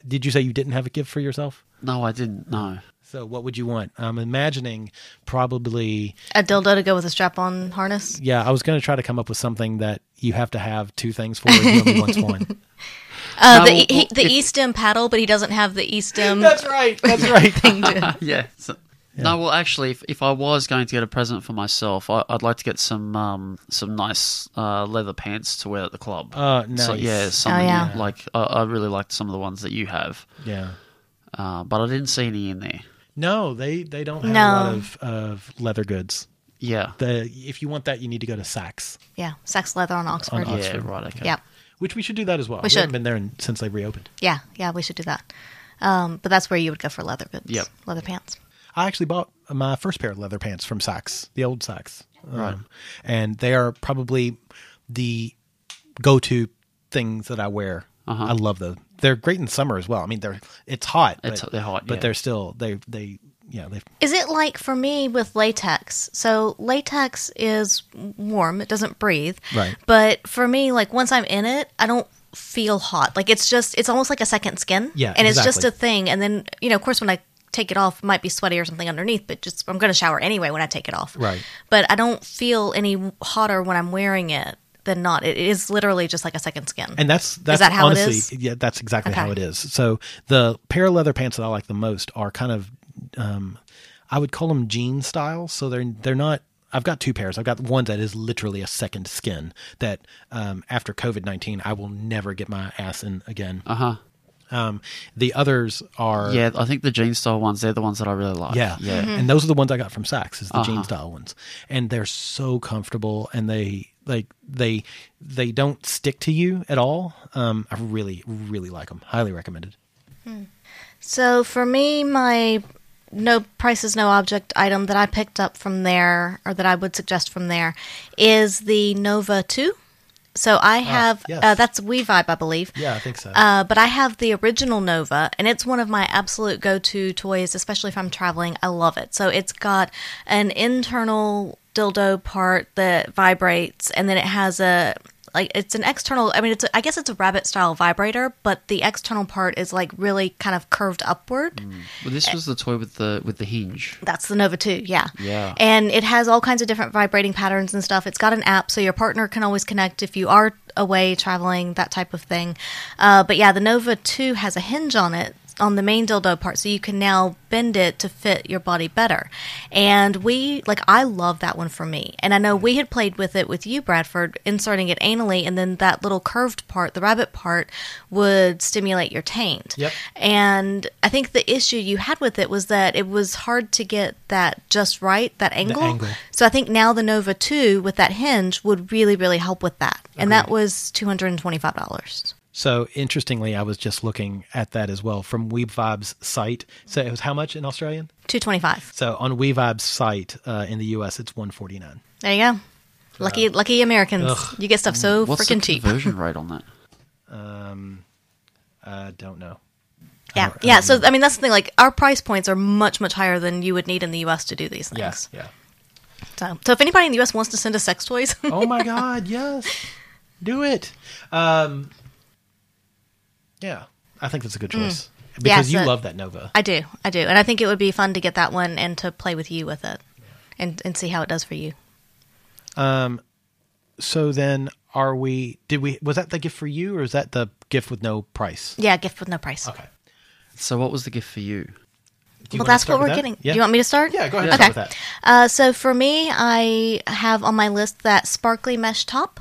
[SPEAKER 5] Did you say you didn't have a gift for yourself?
[SPEAKER 6] No, I didn't. No.
[SPEAKER 5] So what would you want? I'm imagining probably,
[SPEAKER 3] a dildo to go with a strap on harness.
[SPEAKER 5] yeah, I was going to try to come up with something that you have to have two things for. He only wants one.
[SPEAKER 3] Uh,
[SPEAKER 6] No,
[SPEAKER 3] the
[SPEAKER 6] well,
[SPEAKER 3] e he,
[SPEAKER 6] well,
[SPEAKER 3] the
[SPEAKER 6] if-
[SPEAKER 3] E-stem paddle, but he doesn't have the E-stem
[SPEAKER 5] right. That's right.
[SPEAKER 3] thing to.
[SPEAKER 6] yeah. so- No, well, actually, if, if I was going to get a present for myself, I, I'd like to get some um, some nice uh, leather pants to wear at the club.
[SPEAKER 5] Uh,
[SPEAKER 6] So,
[SPEAKER 5] nice.
[SPEAKER 6] yeah, something
[SPEAKER 3] Oh, yeah.
[SPEAKER 6] like I, I really liked some of the ones that you have,
[SPEAKER 5] Yeah.
[SPEAKER 6] uh, but I didn't see any in there.
[SPEAKER 5] No, they, they don't have a lot
[SPEAKER 3] No.
[SPEAKER 5] of, of leather goods.
[SPEAKER 6] Yeah.
[SPEAKER 5] The, if you want that, you need to go to Saks,
[SPEAKER 3] Yeah, sex leather on Oxford.
[SPEAKER 6] yeah. Oh, Right. Okay.
[SPEAKER 3] Yeah,
[SPEAKER 5] which we should do that as well.
[SPEAKER 3] We
[SPEAKER 5] haven't
[SPEAKER 3] should.
[SPEAKER 5] been there in, since they reopened.
[SPEAKER 3] yeah, yeah. We should do that. Um, but that's where you would go for leather goods.
[SPEAKER 6] Yep.
[SPEAKER 3] leather pants.
[SPEAKER 5] I actually bought my first pair of leather pants from Saks, the old Saks. right. And they are probably the go to things that I wear. I love those. They're great in summer as well. I mean, they're it's hot.
[SPEAKER 6] It's- they're hot,
[SPEAKER 5] But
[SPEAKER 6] yeah.
[SPEAKER 5] they're still, they, they, yeah, they,
[SPEAKER 3] Is it like for me with latex? So latex is warm; it doesn't breathe.
[SPEAKER 5] Right.
[SPEAKER 3] But for me, like once I'm in it, I don't feel hot. Like it's just, it's almost like a second skin.
[SPEAKER 5] Yeah,
[SPEAKER 3] and it's just
[SPEAKER 5] exactly.
[SPEAKER 3] a thing. And then you know, of course, when I take it off, it might be sweaty or something underneath. But just, I'm going to shower anyway when I take it off.
[SPEAKER 5] Right.
[SPEAKER 3] But I don't feel any hotter when I'm wearing it than not. It is literally just like a second skin.
[SPEAKER 5] And that's that's
[SPEAKER 3] that how it
[SPEAKER 5] honestly,
[SPEAKER 3] is?
[SPEAKER 5] yeah, that's exactly how it
[SPEAKER 3] Okay.
[SPEAKER 5] is. So the pair of leather pants that I like the most are kind of, um, I would call them jean style. So they're they're not. I've got two pairs. I've got one that is literally a second skin that um, after COVID nineteen I will never get my ass in again.
[SPEAKER 6] Uh huh.
[SPEAKER 5] Um, the others are
[SPEAKER 6] Yeah. I think the jean style ones. They're the ones that I really like.
[SPEAKER 5] yeah.
[SPEAKER 6] Yeah.
[SPEAKER 3] Mm-hmm.
[SPEAKER 5] And those are the ones I got from
[SPEAKER 3] Uh-huh.
[SPEAKER 5] Saks, is the jean style ones. And they're so comfortable and they like they they don't stick to you at all. Um I really really like them. Highly recommended.
[SPEAKER 3] So for me, my no price is no object item that I picked up from there, or that I would suggest from there, is the Nova Two. So I have
[SPEAKER 5] Ah, yes.
[SPEAKER 3] uh, that's WeVibe, I believe.
[SPEAKER 5] Yeah, I think so.
[SPEAKER 3] Uh, but I have the original Nova, and it's one of my absolute go to toys, especially if I'm traveling. I love it. So it's got an internal dildo part that vibrates, and then it has a like it's an external i mean it's a, i guess it's a rabbit style vibrator but the external part is like really kind of curved upward
[SPEAKER 6] Well, this was the toy with the with the hinge.
[SPEAKER 3] that's the Nova 2, yeah.
[SPEAKER 6] Yeah.
[SPEAKER 3] And it has all kinds of different vibrating patterns and stuff. It's got an app, so your partner can always connect if you are away traveling, that type of thing. Uh, but yeah, the Nova 2 has a hinge on it, on the main dildo part, so you can now bend it to fit your body better. And we, like, I love that one for me. And I know we had played with it with you, Bradford, inserting it anally, and then that little curved part, the rabbit part, would stimulate your taint.
[SPEAKER 5] Yep.
[SPEAKER 3] And I think the issue you had with it was that it was hard to get that just right, that angle.
[SPEAKER 5] angle.
[SPEAKER 3] So I think now the Nova 2 with that hinge would really, really help with that. And that was $225.
[SPEAKER 5] So interestingly, I was just looking at that as well from Weeb Vibes site. So it was how much in Australian?
[SPEAKER 3] 225
[SPEAKER 5] So on Weeb Vibes site uh, in the US, it's 149.
[SPEAKER 3] There you go. Lucky, lucky Americans. You get stuff so
[SPEAKER 6] What's
[SPEAKER 3] freaking
[SPEAKER 6] the
[SPEAKER 3] cheap.
[SPEAKER 6] conversion rate on that?
[SPEAKER 5] Um, I don't know.
[SPEAKER 3] Yeah, yeah. So I mean, that's the thing. Like our price points are much, much higher than you would need in the U.S. to do these things.
[SPEAKER 5] Yes. Yeah.
[SPEAKER 3] So, so if anybody in the U.S. wants to send us sex toys,
[SPEAKER 5] Oh my God, yes. Do it. Um, yeah, I think that's a good
[SPEAKER 3] Mm.
[SPEAKER 5] choice. Because
[SPEAKER 3] Yeah,
[SPEAKER 5] you
[SPEAKER 3] so-
[SPEAKER 5] love that Nova.
[SPEAKER 3] I do, I do, and I think it would be fun to get that one and to play with you with it, and and see how it does for you.
[SPEAKER 5] Um, So then are we did we was that the gift for you or is that the gift with no price?
[SPEAKER 3] Yeah, gift with no price.
[SPEAKER 5] Okay.
[SPEAKER 6] So, what was the gift for you?
[SPEAKER 5] Do you
[SPEAKER 3] well,
[SPEAKER 5] wanna
[SPEAKER 3] that's
[SPEAKER 5] start
[SPEAKER 3] what we're
[SPEAKER 5] with that?
[SPEAKER 3] getting.
[SPEAKER 5] Yeah.
[SPEAKER 3] Do you want me to start?
[SPEAKER 5] Yeah, go ahead and
[SPEAKER 3] Okay.
[SPEAKER 5] start with that.
[SPEAKER 3] Uh, so for me, I have on my list that sparkly mesh top.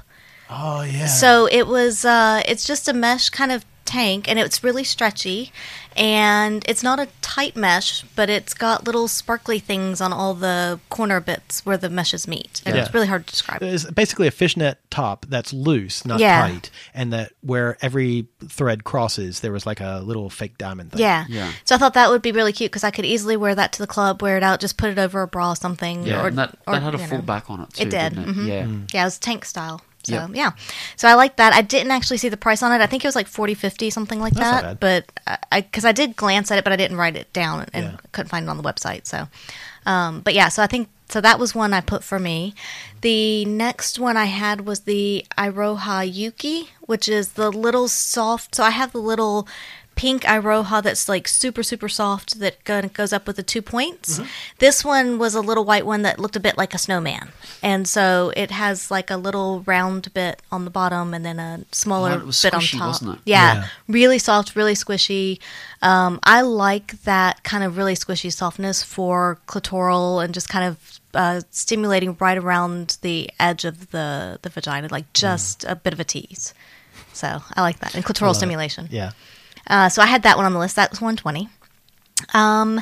[SPEAKER 5] Oh yeah.
[SPEAKER 3] So it was. Uh, it's just a mesh kind of tank, and it's really stretchy, and it's not a tight mesh, but it's got little sparkly things on all the corner bits where the meshes meet. And
[SPEAKER 5] Yeah.
[SPEAKER 3] It's really hard to describe.
[SPEAKER 5] It's basically a fishnet top that's loose, not
[SPEAKER 3] Yeah.
[SPEAKER 5] tight, and that where every thread crosses, there was like a little fake diamond thing.
[SPEAKER 3] Yeah.
[SPEAKER 6] Yeah.
[SPEAKER 3] So I thought that would be really cute because I could easily wear that to the club, wear it out, just put it over a bra or something.
[SPEAKER 6] Yeah,
[SPEAKER 3] or,
[SPEAKER 6] and that,
[SPEAKER 3] or,
[SPEAKER 6] that had a
[SPEAKER 3] you
[SPEAKER 6] full
[SPEAKER 3] know.
[SPEAKER 6] back on it too.
[SPEAKER 3] It did,
[SPEAKER 6] Didn't
[SPEAKER 3] mhm.
[SPEAKER 6] it?
[SPEAKER 5] Mm.
[SPEAKER 6] Yeah.
[SPEAKER 3] Yeah, it was tank style. So
[SPEAKER 6] Yep.
[SPEAKER 3] yeah, so I like that. I didn't actually see the price on it. I think it was like 40, 50, something like
[SPEAKER 5] That's
[SPEAKER 3] that.
[SPEAKER 5] not
[SPEAKER 3] But I, because I did glance at it, but I didn't write it down and, and
[SPEAKER 5] Yeah.
[SPEAKER 3] couldn't find it on the website. So, um, but yeah, so I think so. That was one I put for me. The next one I had was the Iroha Yuki, which is the little soft. So I have the little pink Iroha that's like super super soft that go- goes up with the two points. This one was a little white one that looked a bit like a snowman, and so it has like a little round bit on the bottom and then a smaller
[SPEAKER 6] Oh, it was
[SPEAKER 3] bit on
[SPEAKER 6] squishy,
[SPEAKER 3] top.
[SPEAKER 6] wasn't it?
[SPEAKER 3] Yeah,
[SPEAKER 5] Yeah.
[SPEAKER 3] really soft, really squishy. Um, I like that kind of really squishy softness for clitoral and just kind of uh, stimulating right around the edge of the, the vagina, like just a bit of a tease. So I like that and clitoral stimulation.
[SPEAKER 5] Yeah.
[SPEAKER 3] Uh, so I had that one on the list. That was 120. Um,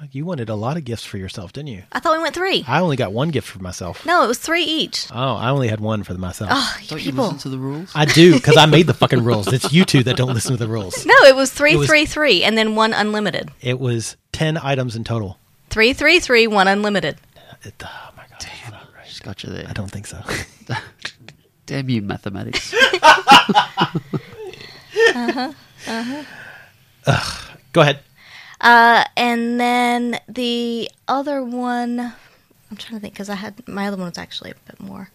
[SPEAKER 5] Like, You wanted a lot of gifts for yourself, didn't you?
[SPEAKER 3] I thought we went three.
[SPEAKER 5] I only got one gift for myself.
[SPEAKER 3] No, it was three each.
[SPEAKER 5] Oh, I only had one for myself.
[SPEAKER 3] Oh, you
[SPEAKER 6] Don't you
[SPEAKER 3] people.
[SPEAKER 6] listen to the rules?
[SPEAKER 5] I do because I made the fucking rules. It's you two that don't listen to the rules.
[SPEAKER 3] No, it was three,
[SPEAKER 5] It was-
[SPEAKER 3] three, three, and then one unlimited.
[SPEAKER 5] It was ten items in total.
[SPEAKER 3] Three, three, three, one unlimited.
[SPEAKER 5] It, oh my god! that's not right.
[SPEAKER 6] Just got you there.
[SPEAKER 5] I don't think so.
[SPEAKER 6] Damn you, mathematics.
[SPEAKER 5] Go ahead.
[SPEAKER 3] Uh, and then the other one, I'm trying to think because I had my other one was actually a bit more.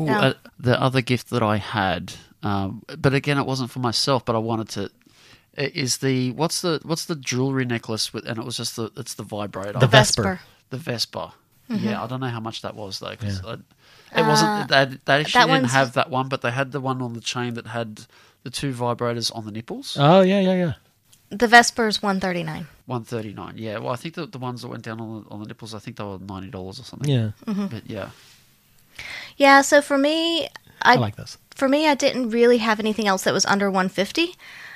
[SPEAKER 6] Ooh,
[SPEAKER 3] No.
[SPEAKER 6] uh, the other gift that I had, um, but again, it wasn't for myself. But I wanted to. i- Is the what's the what's the jewelry necklace with? And it was just the it's the vibrator,
[SPEAKER 5] The Vesper.
[SPEAKER 6] the Vespa.
[SPEAKER 3] Mm-hmm.
[SPEAKER 6] Yeah, I don't know how much that was though. 'cause I- it wasn't. They, they
[SPEAKER 3] Uh,
[SPEAKER 6] actually
[SPEAKER 3] that
[SPEAKER 6] didn't
[SPEAKER 3] one's-
[SPEAKER 6] have that one, but they had the one on the chain that had the two vibrators on the nipples.
[SPEAKER 5] Oh yeah, yeah, yeah.
[SPEAKER 3] The Vesper's 139.
[SPEAKER 6] One thirty nine. Yeah. Well, I think the the ones that went down on the, on the nipples, I think they were ninety dollars or something.
[SPEAKER 5] Yeah,
[SPEAKER 3] Mm-hmm.
[SPEAKER 6] But yeah.
[SPEAKER 3] Yeah. So for me, I,
[SPEAKER 5] I like this.
[SPEAKER 3] for me, I didn't really have anything else that was under 150.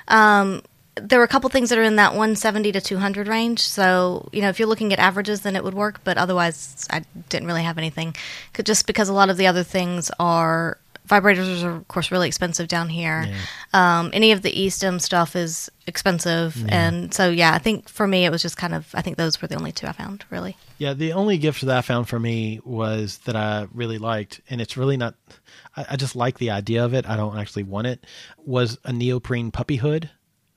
[SPEAKER 3] Um, there were a couple things that are in that 170 to 200 range. So, you know, if you're looking at averages, then it would work. But otherwise, I didn't really have anything. 'Cause- Just because a lot of the other things are vibrators are, of course, really expensive down here. Um, any of the Eastham stuff is expensive. And so, yeah, I think for me, it was just kind of, I think those were the only two I found, really.
[SPEAKER 5] Yeah, the only gift that I found for me was that I really liked, and it's really not. I, I just like the idea of it. I don't actually want it. Was a neoprene puppy hood.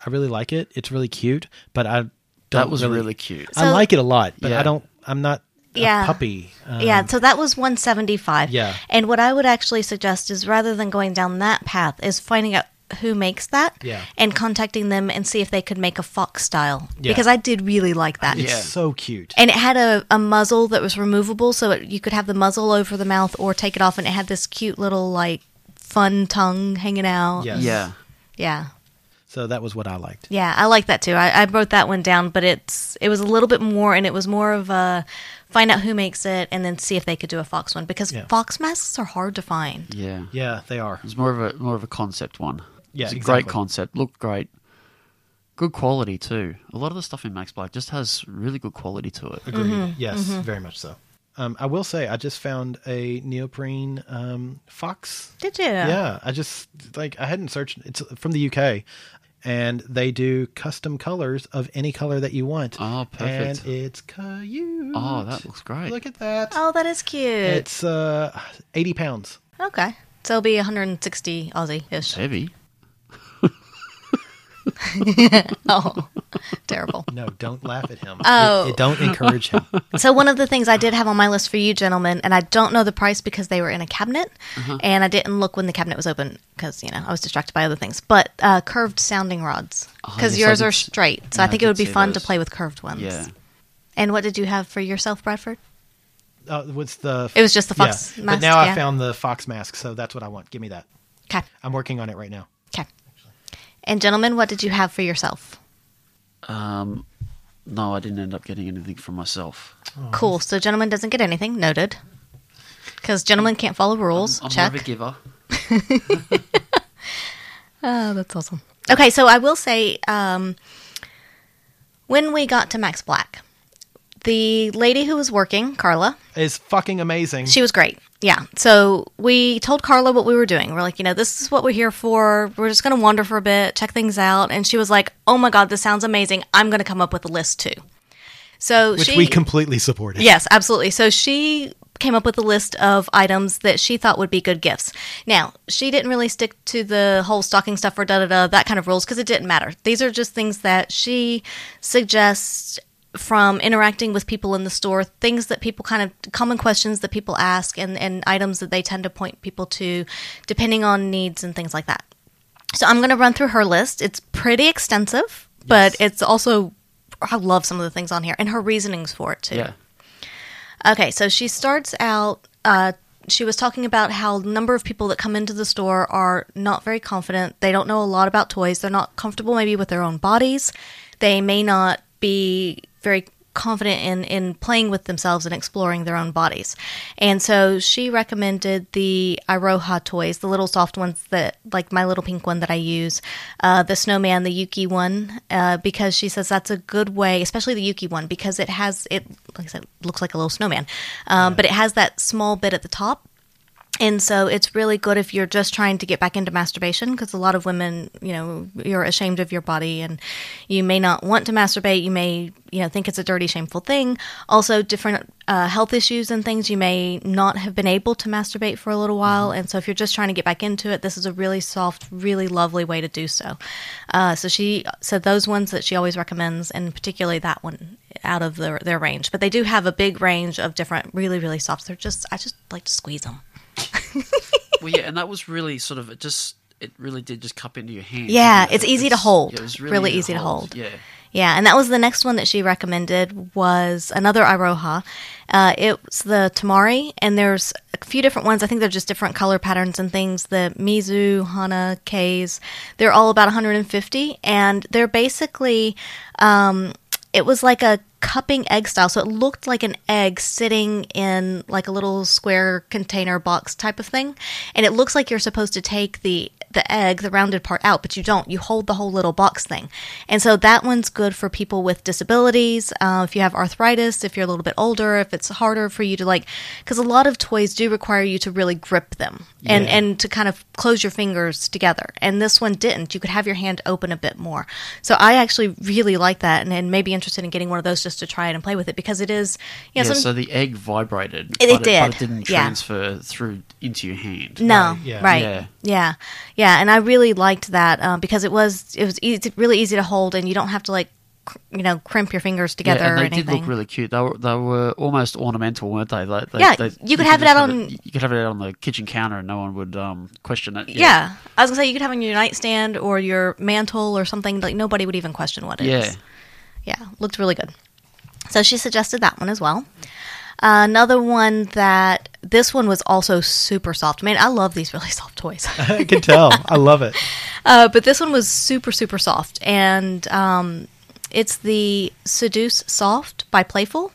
[SPEAKER 5] I really like it. It's really cute, but I don't.
[SPEAKER 6] That was really, cute.
[SPEAKER 5] I
[SPEAKER 3] So-
[SPEAKER 5] like it a lot, but
[SPEAKER 6] Yeah.
[SPEAKER 5] I don't. I'm not a
[SPEAKER 3] Yeah.
[SPEAKER 5] puppy. Um,
[SPEAKER 3] yeah, so that was 175.
[SPEAKER 5] Yeah.
[SPEAKER 3] And what I would actually suggest is rather than going down that path is finding out who makes that
[SPEAKER 5] Yeah.
[SPEAKER 3] and contacting them and see if they could make a fox style
[SPEAKER 5] Yeah.
[SPEAKER 3] because I did really like that.
[SPEAKER 5] it's
[SPEAKER 6] Yeah.
[SPEAKER 5] so cute.
[SPEAKER 3] And it had a, a muzzle that was removable so it, you could have the muzzle over the mouth or take it off and it had this cute little like fun tongue hanging out.
[SPEAKER 5] Yes.
[SPEAKER 6] Yeah.
[SPEAKER 3] Yeah.
[SPEAKER 5] So that was what I liked.
[SPEAKER 3] Yeah, I like that too. I, I wrote that one down, but it's it was a little bit more, and it was more of a find out who makes it and then see if they could do a fox one because
[SPEAKER 5] Yeah.
[SPEAKER 3] fox masks are hard to find.
[SPEAKER 6] Yeah.
[SPEAKER 5] Yeah, they are.
[SPEAKER 6] It's more of a more of a concept one.
[SPEAKER 5] Yeah,
[SPEAKER 6] it's a
[SPEAKER 5] exactly.
[SPEAKER 6] great concept. Looked great. Good quality too. A lot of the stuff in Max Black just has really good quality to it.
[SPEAKER 5] Agreed.
[SPEAKER 3] Mm-hmm.
[SPEAKER 5] Yes, very much so. Um, I will say, I just found a neoprene um, fox
[SPEAKER 3] Did you?
[SPEAKER 5] yeah i just like i hadn't searched it's from the uk and they do custom colors of any color that you want
[SPEAKER 6] Oh, perfect.
[SPEAKER 5] and it's cute
[SPEAKER 6] Oh, that looks great.
[SPEAKER 5] look at that
[SPEAKER 3] Oh, that is cute.
[SPEAKER 5] it's uh 80 pounds
[SPEAKER 3] okay, so it'll be 160 Aussie ish.
[SPEAKER 6] It's heavy.
[SPEAKER 3] Oh, terrible.
[SPEAKER 5] no don't laugh at him
[SPEAKER 3] Oh.
[SPEAKER 5] It- it don't encourage him
[SPEAKER 3] So one of the things I did have on my list for you gentlemen, and I don't know the price because they were in a cabinet,
[SPEAKER 6] Uh-huh.
[SPEAKER 3] and I didn't look when the cabinet was open because you know I was distracted by other things. But uh, curved sounding rods because
[SPEAKER 6] yes, I
[SPEAKER 3] yours
[SPEAKER 6] did
[SPEAKER 3] are
[SPEAKER 6] s-
[SPEAKER 3] straight, so
[SPEAKER 6] yeah,
[SPEAKER 3] I
[SPEAKER 6] I
[SPEAKER 3] think it
[SPEAKER 6] did
[SPEAKER 3] would be
[SPEAKER 6] see
[SPEAKER 3] fun
[SPEAKER 6] those.
[SPEAKER 3] to play with curved ones.
[SPEAKER 6] Yeah.
[SPEAKER 3] And what did you have for yourself, Bradford?
[SPEAKER 5] uh, what's the
[SPEAKER 3] It was just the fox
[SPEAKER 5] but
[SPEAKER 3] mask,
[SPEAKER 5] now
[SPEAKER 3] yeah.
[SPEAKER 5] i found the fox mask so that's what i want give me that
[SPEAKER 3] Okay,
[SPEAKER 5] i'm working on it right now
[SPEAKER 3] okay. And gentlemen, what did you have for yourself?
[SPEAKER 6] Um, no, I didn't end up getting anything for myself.
[SPEAKER 5] Oh.
[SPEAKER 3] Cool. So gentleman doesn't get anything. Noted. Because gentlemen can't follow rules.
[SPEAKER 6] I'm
[SPEAKER 3] Check.
[SPEAKER 6] more of a giver.
[SPEAKER 3] Oh, that's awesome. Okay, so I will say um, When we got to Max Black, the lady who was working, Carla,
[SPEAKER 5] It's fucking amazing.
[SPEAKER 3] she was great. Yeah. So we told Carla what we were doing. We're like, you know, this is what we're here for. We're just going to wander for a bit, check things out. And she was like, oh my God, this sounds amazing. I'm going to come up with a list too. So
[SPEAKER 5] which
[SPEAKER 3] she,
[SPEAKER 5] we completely supported.
[SPEAKER 3] Yes, absolutely. So she came up with a list of items that she thought would be good gifts. Now, she didn't really stick to the whole stocking stuffer, da da da, that kind of rules because it didn't matter. These are just things that she suggests from interacting with people in the store, things that people kind of common questions that people ask and, and items that they tend to point people to depending on needs and things like that. So I'm going to run through her list. It's pretty extensive, but it's also I love some of the things on here and her reasonings for it too.
[SPEAKER 6] Yeah.
[SPEAKER 3] Okay, so she starts out. Uh, she was talking about how the number of people that come into the store are not very confident. They don't know a lot about toys. They're not comfortable maybe with their own bodies. They may not be very confident in in playing with themselves and exploring their own bodies. And so she recommended the Iroha toys, the little soft ones that like my little pink one that I use, uh, the snowman, the Yuki one, uh, because she says that's a good way, especially the Yuki one, because it has it like I said looks like a little snowman, um, but it has that small bit at the top and so it's really good if you're just trying to get back into masturbation because a lot of women, you know, you're ashamed of your body and you may not want to masturbate. You may, you know, think it's a dirty, shameful thing. Also, different uh, health issues and things, you may not have been able to masturbate for a little while. And so if you're just trying to get back into it, this is a really soft, really lovely way to do so. Uh, so she said those ones that she always recommends, and particularly that one out of their, their range. But they do have a big range of different, really, really soft. They're just, I just like to squeeze them.
[SPEAKER 6] Well, yeah, and that was really sort of it. Just it really did just cup into your hand.
[SPEAKER 3] Yeah,
[SPEAKER 6] didn't it?
[SPEAKER 3] it's easy to hold.
[SPEAKER 6] yeah, it was
[SPEAKER 3] Really easy to hold.
[SPEAKER 6] Yeah,
[SPEAKER 3] Yeah, and that was the next one that she recommended was another Iroha. Uh, it's the Tamari, and there's a few different ones. I think they're just different color patterns and things. The Mizu, Hana, K's. They're all about 150, and they're basically Um, it was like a cupping egg style so it looked like an egg sitting in like a little square container box type of thing and it looks like you're supposed to take the the egg the rounded part out but you don't you hold the whole little box thing and so that one's good for people with disabilities uh, if you have arthritis if you're a little bit older if it's harder for you to like because a lot of toys do require you to really grip them and and to kind of close your fingers together and this one didn't you could have your hand open a bit more so i actually really like that and, and may be interested in getting one of those just to try it and play with it because it is you
[SPEAKER 6] yeah.
[SPEAKER 3] know, some-
[SPEAKER 6] so the egg vibrated.
[SPEAKER 3] It- it
[SPEAKER 6] but It, but
[SPEAKER 3] did,
[SPEAKER 6] it didn't
[SPEAKER 3] yeah.
[SPEAKER 6] transfer through into your hand.
[SPEAKER 3] No,
[SPEAKER 5] Right, yeah.
[SPEAKER 3] right,
[SPEAKER 6] Yeah.
[SPEAKER 3] yeah. yeah, and I really liked that um, because it was it was easy, really easy to hold, and you don't have to like cr- you know crimp your fingers together
[SPEAKER 6] yeah, and
[SPEAKER 3] or
[SPEAKER 6] they
[SPEAKER 3] anything.
[SPEAKER 6] did look really cute. They were they were almost ornamental, weren't they? They- they-
[SPEAKER 3] Yeah,
[SPEAKER 6] they-
[SPEAKER 3] you could have it
[SPEAKER 6] just
[SPEAKER 3] out on-
[SPEAKER 6] you could have it out on the kitchen counter, and no one would um, question it.
[SPEAKER 3] yeah. I was gonna say you could have it on your nightstand or your mantle or something like nobody would even question what it is.
[SPEAKER 6] yeah.
[SPEAKER 3] yeah, looked really good. So she suggested that one as well. Uh, another one that this one was also super soft. Man, I love these really soft toys.
[SPEAKER 5] I can tell. I love it.
[SPEAKER 3] Uh, but this one was super, super soft. And um, it's the Seduce Soft by Playful.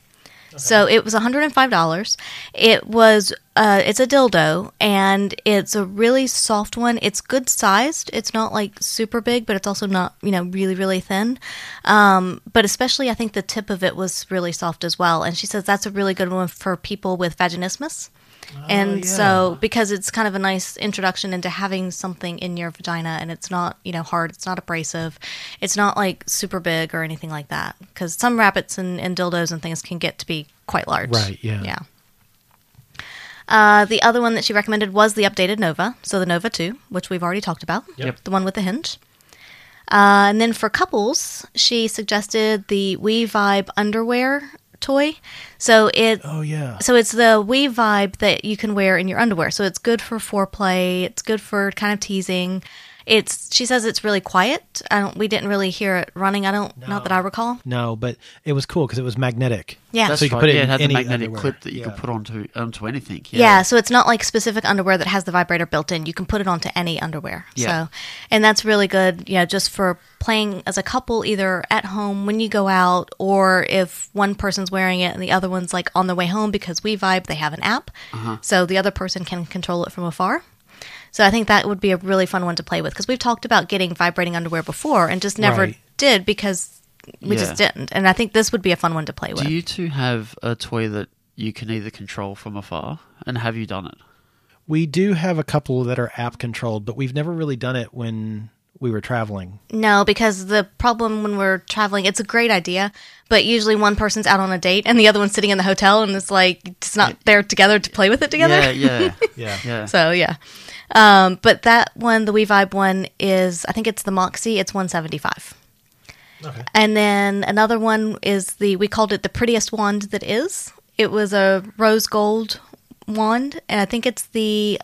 [SPEAKER 3] So it was $105. It was uh, it's a dildo and it's a really soft one. It's good sized. It's not like super big, but it's also not, you know, really really thin. Um, but especially I think the tip of it was really soft as well. And she says that's a really good one for people with vaginismus.
[SPEAKER 5] Oh,
[SPEAKER 3] And so because it's kind of a nice introduction into having something in your vagina and it's not, you know, hard, it's not abrasive. It's not like super big or anything like that cuz some rabbits and, and dildos and things can get to be quite large.
[SPEAKER 5] Right, yeah.
[SPEAKER 3] Yeah. Uh, the other one that she recommended was the updated Nova, so the Nova 2, which we've already talked about,
[SPEAKER 5] Yep.
[SPEAKER 3] the one with the hinge. Uh, and then for couples, she suggested the We Vibe underwear toy. So it
[SPEAKER 5] Oh yeah.
[SPEAKER 3] so it's the we vibe that you can wear in your underwear. So it's good for foreplay. It's good for kind of teasing. It's she says it's really quiet. I don't. We didn't really hear it running. I don't. Not that I recall.
[SPEAKER 5] No, but it was cool because it was magnetic.
[SPEAKER 3] Yeah.
[SPEAKER 6] That's
[SPEAKER 5] So you could
[SPEAKER 6] right.
[SPEAKER 5] put it
[SPEAKER 6] yeah,
[SPEAKER 5] in
[SPEAKER 6] it had
[SPEAKER 5] any
[SPEAKER 6] the magnetic
[SPEAKER 5] underwear.
[SPEAKER 6] clip that you
[SPEAKER 5] Yeah.
[SPEAKER 6] could put onto onto anything.
[SPEAKER 3] yeah. So it's not like specific underwear that has the vibrator built in. You can put it onto any underwear.
[SPEAKER 6] Yeah.
[SPEAKER 3] So, and that's really good. You know, just for playing as a couple, either at home when you go out, or if one person's wearing it and the other one's like on the way home because we vibe. They have an app, so the other person can control it from afar. So I think that would be a really fun one to play with because we've talked about getting vibrating underwear before and just never
[SPEAKER 5] Right.
[SPEAKER 3] did because we
[SPEAKER 6] Yeah.
[SPEAKER 3] just didn't. And I think this would be a fun one to play with.
[SPEAKER 6] Do you two have a toy that you can either control from afar? And have you done it?
[SPEAKER 5] We do have a couple that are app controlled, but we've never really done it when we were traveling.
[SPEAKER 3] No, because the problem when we're traveling, it's a great idea, but usually one person's out on a date and the other one's sitting in the hotel and it's like it's not there together to play with it together.
[SPEAKER 6] Yeah, yeah,
[SPEAKER 5] Yeah.
[SPEAKER 6] yeah.
[SPEAKER 3] So yeah. Um, but that one, the WeVibe one is I think it's the Moxie, it's one seventy five.
[SPEAKER 5] Okay.
[SPEAKER 3] And then another one is the we called it the prettiest wand that is. It was a rose gold wand, and I think it's the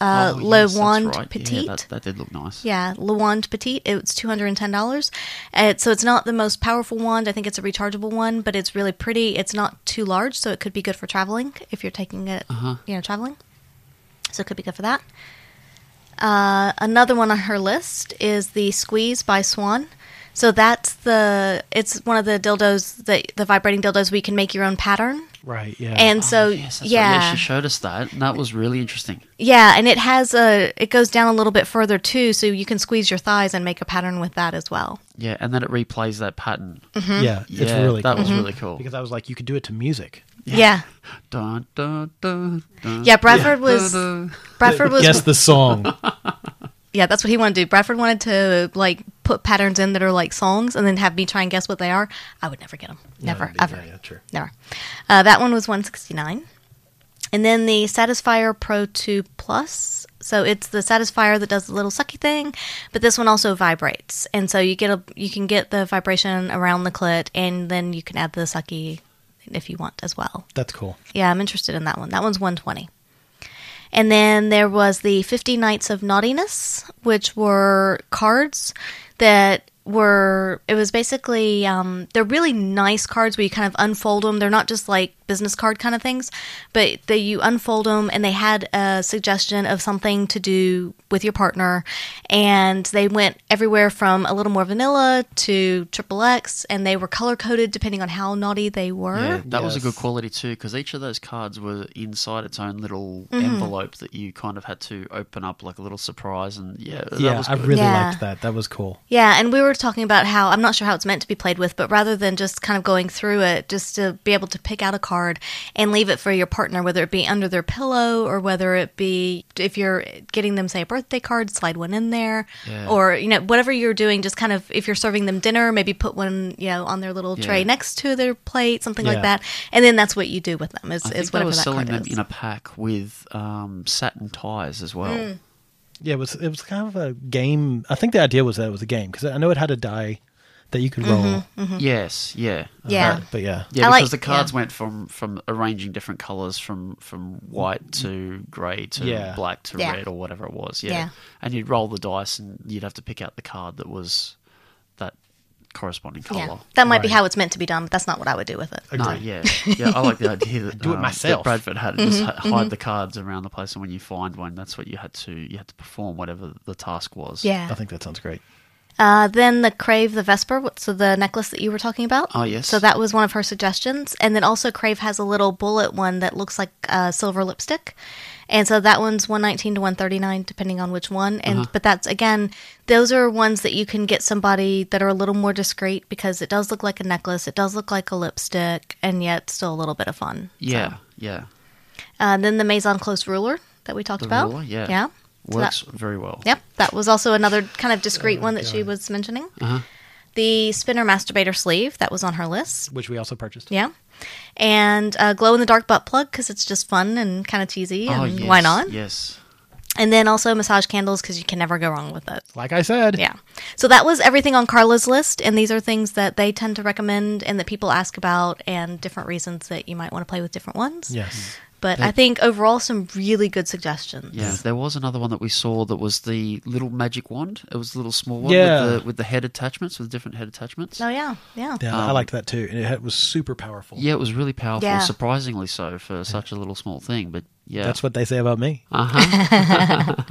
[SPEAKER 3] uh,
[SPEAKER 6] Oh,
[SPEAKER 3] Le
[SPEAKER 6] yes, that's
[SPEAKER 3] Wand
[SPEAKER 6] right.
[SPEAKER 3] Petite.
[SPEAKER 6] Yeah, that, that did look nice.
[SPEAKER 3] Yeah, Le Wand Petite. It's two hundred and ten dollars. Uh, so it's not the most powerful wand. I think it's a rechargeable one, but it's really pretty. It's not too large, so it could be good for traveling if you're taking it,
[SPEAKER 6] Uh-huh.
[SPEAKER 3] you know, traveling. So it could be good for that. Uh, another one on her list is the Squeeze by Swan. So that's the it's one of the dildos that the vibrating dildos we can make your own pattern.
[SPEAKER 5] Right. Yeah.
[SPEAKER 3] And so
[SPEAKER 6] Oh, Yes, that's right.
[SPEAKER 3] yeah,
[SPEAKER 6] she showed us that, and that was really interesting.
[SPEAKER 3] yeah, and it has a it goes down a little bit further too, so you can squeeze your thighs and make a pattern with that as well.
[SPEAKER 6] Yeah, and then it replays that pattern.
[SPEAKER 3] mm-hmm.
[SPEAKER 5] yeah,
[SPEAKER 6] Yeah,
[SPEAKER 5] it's really
[SPEAKER 6] that
[SPEAKER 5] cool.
[SPEAKER 6] was really cool.
[SPEAKER 5] because I was like, you could do it to music.
[SPEAKER 3] Yeah. Yeah,
[SPEAKER 6] Dun, dun, dun, dun,
[SPEAKER 3] Bradford
[SPEAKER 6] dun,
[SPEAKER 3] was
[SPEAKER 6] dun.
[SPEAKER 3] Bradford was
[SPEAKER 5] Guess the song.
[SPEAKER 3] Yeah, that's what he wanted to do. Bradford wanted to like put patterns in that are like songs and then have me try and guess what they are. I would never get them. Never ever.
[SPEAKER 5] Yeah, yeah, true.
[SPEAKER 3] Never. Uh, that one was 169. And then the Satisfier Pro 2 Plus. So it's the Satisfier that does the little sucky thing, but this one also vibrates. And so you get a you can get the vibration around the clit and then you can add the sucky if you want as well.
[SPEAKER 5] That's cool.
[SPEAKER 3] Yeah, I'm interested in that one. That one's 120. And then there was the 50 Nights of Naughtiness, which were cards that were, it was basically, um, they're really nice cards where you kind of unfold them. They're not just like business card kind of things, but they, you unfold them and they had a suggestion of something to do with your partner. And they went everywhere from a little more vanilla to triple X and they were color coded depending on how naughty they were.
[SPEAKER 6] Yeah, that was a good quality too, because each of those cards were inside its own little
[SPEAKER 3] Mm-hmm.
[SPEAKER 6] envelope that you kind of had to open up like a little surprise, and yeah, that
[SPEAKER 5] yeah,
[SPEAKER 6] was
[SPEAKER 5] I
[SPEAKER 6] good.
[SPEAKER 5] really
[SPEAKER 3] Yeah.
[SPEAKER 5] liked that. That was cool.
[SPEAKER 3] Yeah, and we were talking about how I'm not sure how it's meant to be played with, but rather than just kind of going through it, just to be able to pick out a card and leave it for your partner, whether it be under their pillow or whether it be if you're getting them, say, a birthday card, slide one in there, or you know whatever you're doing, just kind of if you're serving them dinner, maybe put one you know on their little tray
[SPEAKER 6] Yeah.
[SPEAKER 3] next to their plate, something
[SPEAKER 5] Yeah.
[SPEAKER 3] like that, and then that's what you do with them is,
[SPEAKER 6] I
[SPEAKER 3] is
[SPEAKER 6] think they
[SPEAKER 3] whatever
[SPEAKER 6] were
[SPEAKER 3] that
[SPEAKER 6] selling
[SPEAKER 3] card
[SPEAKER 6] them
[SPEAKER 3] is.
[SPEAKER 6] in a pack with um, satin ties as well.
[SPEAKER 3] Mm-hmm.
[SPEAKER 5] Yeah, it was it was kind of a game. I think the idea was that it was a game because I know it had a die that you could roll. Uh,
[SPEAKER 6] Oh, Yes, yeah,
[SPEAKER 3] Mm-hmm. yeah.
[SPEAKER 5] But, but yeah,
[SPEAKER 6] yeah.
[SPEAKER 3] I like-
[SPEAKER 6] because the cards
[SPEAKER 3] yeah.
[SPEAKER 6] went from from arranging different colors from from white to grey to
[SPEAKER 5] Yeah.
[SPEAKER 6] black to
[SPEAKER 3] Mm. Yeah.
[SPEAKER 6] red or whatever it was. Yeah.
[SPEAKER 3] Yeah.
[SPEAKER 6] and you'd roll the dice and you'd have to pick out the card that was that corresponding color.
[SPEAKER 3] Yeah, that might be how it's meant to be done, but that's not what I would do with it.
[SPEAKER 6] No, yeah, yeah. I like the idea that
[SPEAKER 5] Do it
[SPEAKER 6] um, that
[SPEAKER 5] myself.
[SPEAKER 6] Bradford had
[SPEAKER 3] Mm-hmm.
[SPEAKER 6] just hi- hide the cards around the place, and when you find one, that's what you had to you had to perform whatever the task was.
[SPEAKER 3] Yeah.
[SPEAKER 5] I think that sounds great.
[SPEAKER 3] Uh, then the Crave the Vesper, wh- so the necklace that you were talking about.
[SPEAKER 6] Oh, yes.
[SPEAKER 3] So that was one of her suggestions, and then also Crave has a little bullet one that looks like uh, silver lipstick, and so that one's one nineteen to one thirty nine, depending on which one. And
[SPEAKER 6] Uh-huh.
[SPEAKER 3] but that's again, those are ones that you can get somebody that are a little more discreet because it does look like a necklace, it does look like a lipstick, and yet still a little bit of fun.
[SPEAKER 6] yeah, yeah.
[SPEAKER 3] Uh, then the Maison Close Ruler that we talked
[SPEAKER 6] The
[SPEAKER 3] about.
[SPEAKER 6] ruler, yeah,
[SPEAKER 3] Yeah. So that-
[SPEAKER 6] works very well.
[SPEAKER 3] Yep, that was also another kind of
[SPEAKER 6] Oh,
[SPEAKER 3] discreet one that she was mentioning.
[SPEAKER 6] Uh-huh.
[SPEAKER 3] The spinner masturbator sleeve that was on her list.
[SPEAKER 5] Which we also purchased.
[SPEAKER 3] Yeah, and uh, glow in the dark butt plug because it's just fun and kind of cheesy
[SPEAKER 6] Oh,
[SPEAKER 3] and
[SPEAKER 6] yes,
[SPEAKER 3] why not?
[SPEAKER 6] Yes.
[SPEAKER 3] And then also massage candles because you can never go wrong with it.
[SPEAKER 5] Like I said.
[SPEAKER 3] Yeah. So that was everything on Carla's list, and these are things that they tend to recommend and that people ask about, and different reasons that you might want to play with different ones.
[SPEAKER 5] Yes.
[SPEAKER 3] But I think overall, some really good suggestions.
[SPEAKER 6] Yeah, there was another one that we saw that was the little magic wand. It was a little small one
[SPEAKER 5] Yeah.
[SPEAKER 6] with, the, with the head attachments, with different head attachments.
[SPEAKER 3] Oh yeah, yeah.
[SPEAKER 5] Yeah, I liked that too, and it had- was super powerful.
[SPEAKER 6] Um, Yeah, it was really powerful,
[SPEAKER 3] Yeah.
[SPEAKER 6] surprisingly so for such a little small thing. But yeah,
[SPEAKER 5] That's what they say about me.
[SPEAKER 6] uh huh.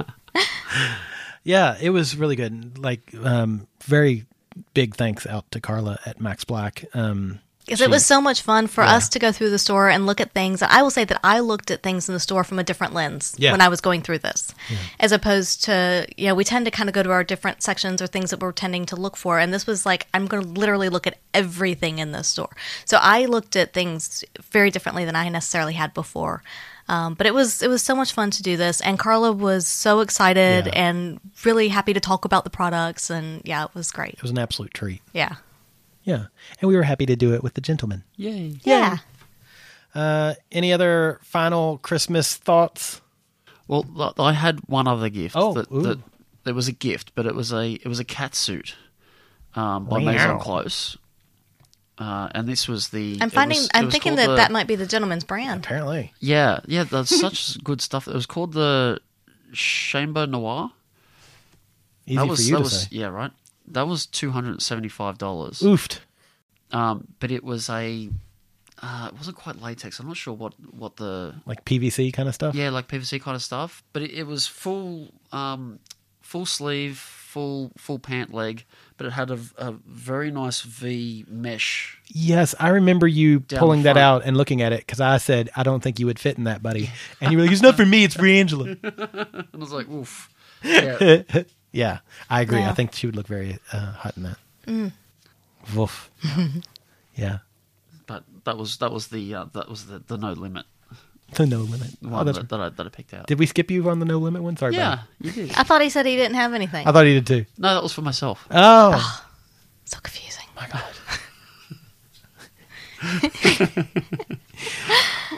[SPEAKER 5] Yeah, it was really good. Like, um, very big thanks out to Carla at Max Black. Um,
[SPEAKER 3] Because it was so much fun for us to go through the store and look at things. And I will say that I looked at things in the store from a different lens
[SPEAKER 5] Yeah.
[SPEAKER 3] when I was going through this, as opposed to, you know, we tend to kind of go to our different sections or things that we're tending to look for. And this was like, I'm going to literally look at everything in this store. So I looked at things very differently than I necessarily had before. Um, but it was it was so much fun to do this, and Carla was so excited
[SPEAKER 5] Yeah.
[SPEAKER 3] and really happy to talk about the products, and yeah, it was great.
[SPEAKER 5] It was an absolute treat.
[SPEAKER 3] Yeah,
[SPEAKER 5] Yeah. And we were happy to do it with the gentleman.
[SPEAKER 6] Yay.
[SPEAKER 3] yeah.
[SPEAKER 5] Uh, any other final Christmas thoughts?
[SPEAKER 6] Well, th- I had one other gift.
[SPEAKER 5] Oh,
[SPEAKER 6] that,
[SPEAKER 5] ooh.
[SPEAKER 6] that there was a gift, but it was a it was a cat suit um, by
[SPEAKER 5] Wow.
[SPEAKER 6] Maison Close. Uh, and this was the.
[SPEAKER 3] I'm
[SPEAKER 6] it
[SPEAKER 3] finding.
[SPEAKER 6] was- it
[SPEAKER 3] I'm
[SPEAKER 6] was
[SPEAKER 3] thinking
[SPEAKER 6] called
[SPEAKER 3] that
[SPEAKER 6] the-
[SPEAKER 3] that might be the gentleman's brand.
[SPEAKER 5] Apparently.
[SPEAKER 6] Yeah, yeah, that's such good stuff. It was called the Chamber Noir.
[SPEAKER 5] Easy
[SPEAKER 6] that was
[SPEAKER 5] for you
[SPEAKER 6] that
[SPEAKER 5] to
[SPEAKER 6] was
[SPEAKER 5] say.
[SPEAKER 6] yeah right. That was two hundred and seventy five dollars.
[SPEAKER 5] Oofed.
[SPEAKER 6] Um, but it was a uh, it wasn't quite latex. I'm not sure what what the
[SPEAKER 5] Like PVC kind of stuff.
[SPEAKER 6] yeah like PVC kind of stuff. But it, it was full um, full sleeve, full full pant leg. But it had a, a very nice V mesh.
[SPEAKER 5] Yes, I remember you
[SPEAKER 6] Down
[SPEAKER 5] pulling
[SPEAKER 6] the
[SPEAKER 5] that
[SPEAKER 6] front.
[SPEAKER 5] out and looking at it because I said, I don't think you would fit in that, buddy. And you were like, it's not for me, it's for Angela.
[SPEAKER 6] And I was like, oof. Yeah.
[SPEAKER 5] Yeah, I agree. I
[SPEAKER 3] Yeah.
[SPEAKER 5] think she would look very uh, hot in that. Woof. yeah.
[SPEAKER 6] but that was that was the uh, that was the, the no limit
[SPEAKER 5] The no limit. Oh,
[SPEAKER 6] one
[SPEAKER 5] that's-
[SPEAKER 6] that, that, I, that I picked out.
[SPEAKER 5] Did we skip you on the no limit one? Sorry,
[SPEAKER 6] yeah,
[SPEAKER 5] buddy.
[SPEAKER 6] you did.
[SPEAKER 3] I thought he said he didn't have anything.
[SPEAKER 5] I thought you did too.
[SPEAKER 6] No, that was for myself.
[SPEAKER 5] Oh,
[SPEAKER 3] so confusing.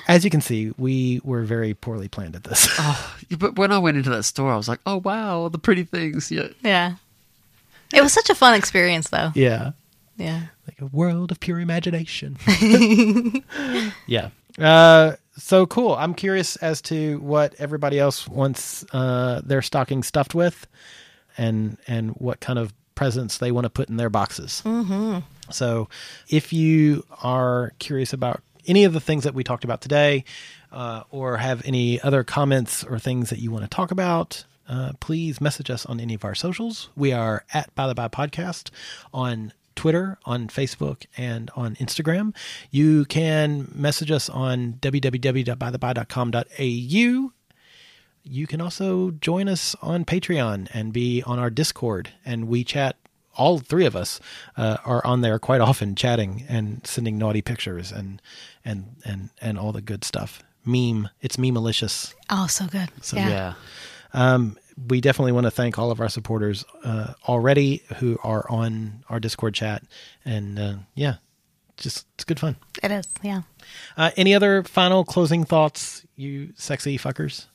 [SPEAKER 5] as you can see, we were very poorly planned at this.
[SPEAKER 6] Yeah, But when I went into that store, I was like, "Oh wow, the pretty things!" Yeah,
[SPEAKER 3] Yeah. It was such a fun experience, though.
[SPEAKER 5] yeah.
[SPEAKER 3] Yeah.
[SPEAKER 5] like a world of pure imagination. yeah. Uh, so cool. I'm curious as to what everybody else wants uh, their stocking stuffed with, and and what kind of presents they want to put in their boxes. Mm-hmm. So, if you are curious about any of the things that we talked about today, uh, or have any other comments or things that you want to talk about, uh, please message us on any of our socials. We are at By the By Podcast on Twitter, on Facebook, and on Instagram. You can message us on www.bytheby.com.au. You can also join us on Patreon and be on our Discord, and we chat. All three of us uh, are on there quite often, chatting and sending naughty pictures and and and and all the good stuff. Meme, it's meme malicious. Um,
[SPEAKER 3] Oh, so good. yeah.
[SPEAKER 6] yeah.
[SPEAKER 5] we definitely want to thank all of our supporters uh, already who are on our Discord chat, and uh, yeah, just it's good fun.
[SPEAKER 3] It is. Yeah.
[SPEAKER 5] Uh, any other final closing thoughts, you sexy fuckers?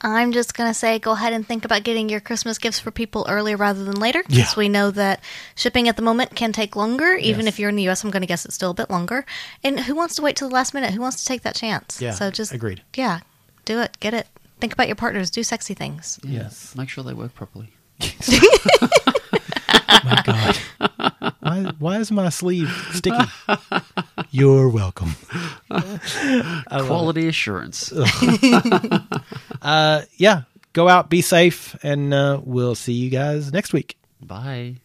[SPEAKER 3] I'm just going to say go ahead and think about getting your Christmas gifts for people earlier rather than later.
[SPEAKER 5] Yeah.
[SPEAKER 3] Because we know that shipping at the moment can take longer. Even
[SPEAKER 5] Yes.
[SPEAKER 3] if you're in the US, I'm going to guess it's still a bit longer. And who wants to wait till the last minute? Who wants to take that chance?
[SPEAKER 5] Yeah,
[SPEAKER 3] So just,
[SPEAKER 5] agreed.
[SPEAKER 3] yeah, do it. Get it. Think about your partners. Do sexy things.
[SPEAKER 5] Yes.
[SPEAKER 6] Make sure they work properly.
[SPEAKER 5] My God, why why is my sleeve sticky? You're welcome.
[SPEAKER 6] Quality assurance.
[SPEAKER 5] Uh, yeah, go out, be safe, and uh, we'll see you guys next week.
[SPEAKER 6] Bye.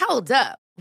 [SPEAKER 1] Hold up.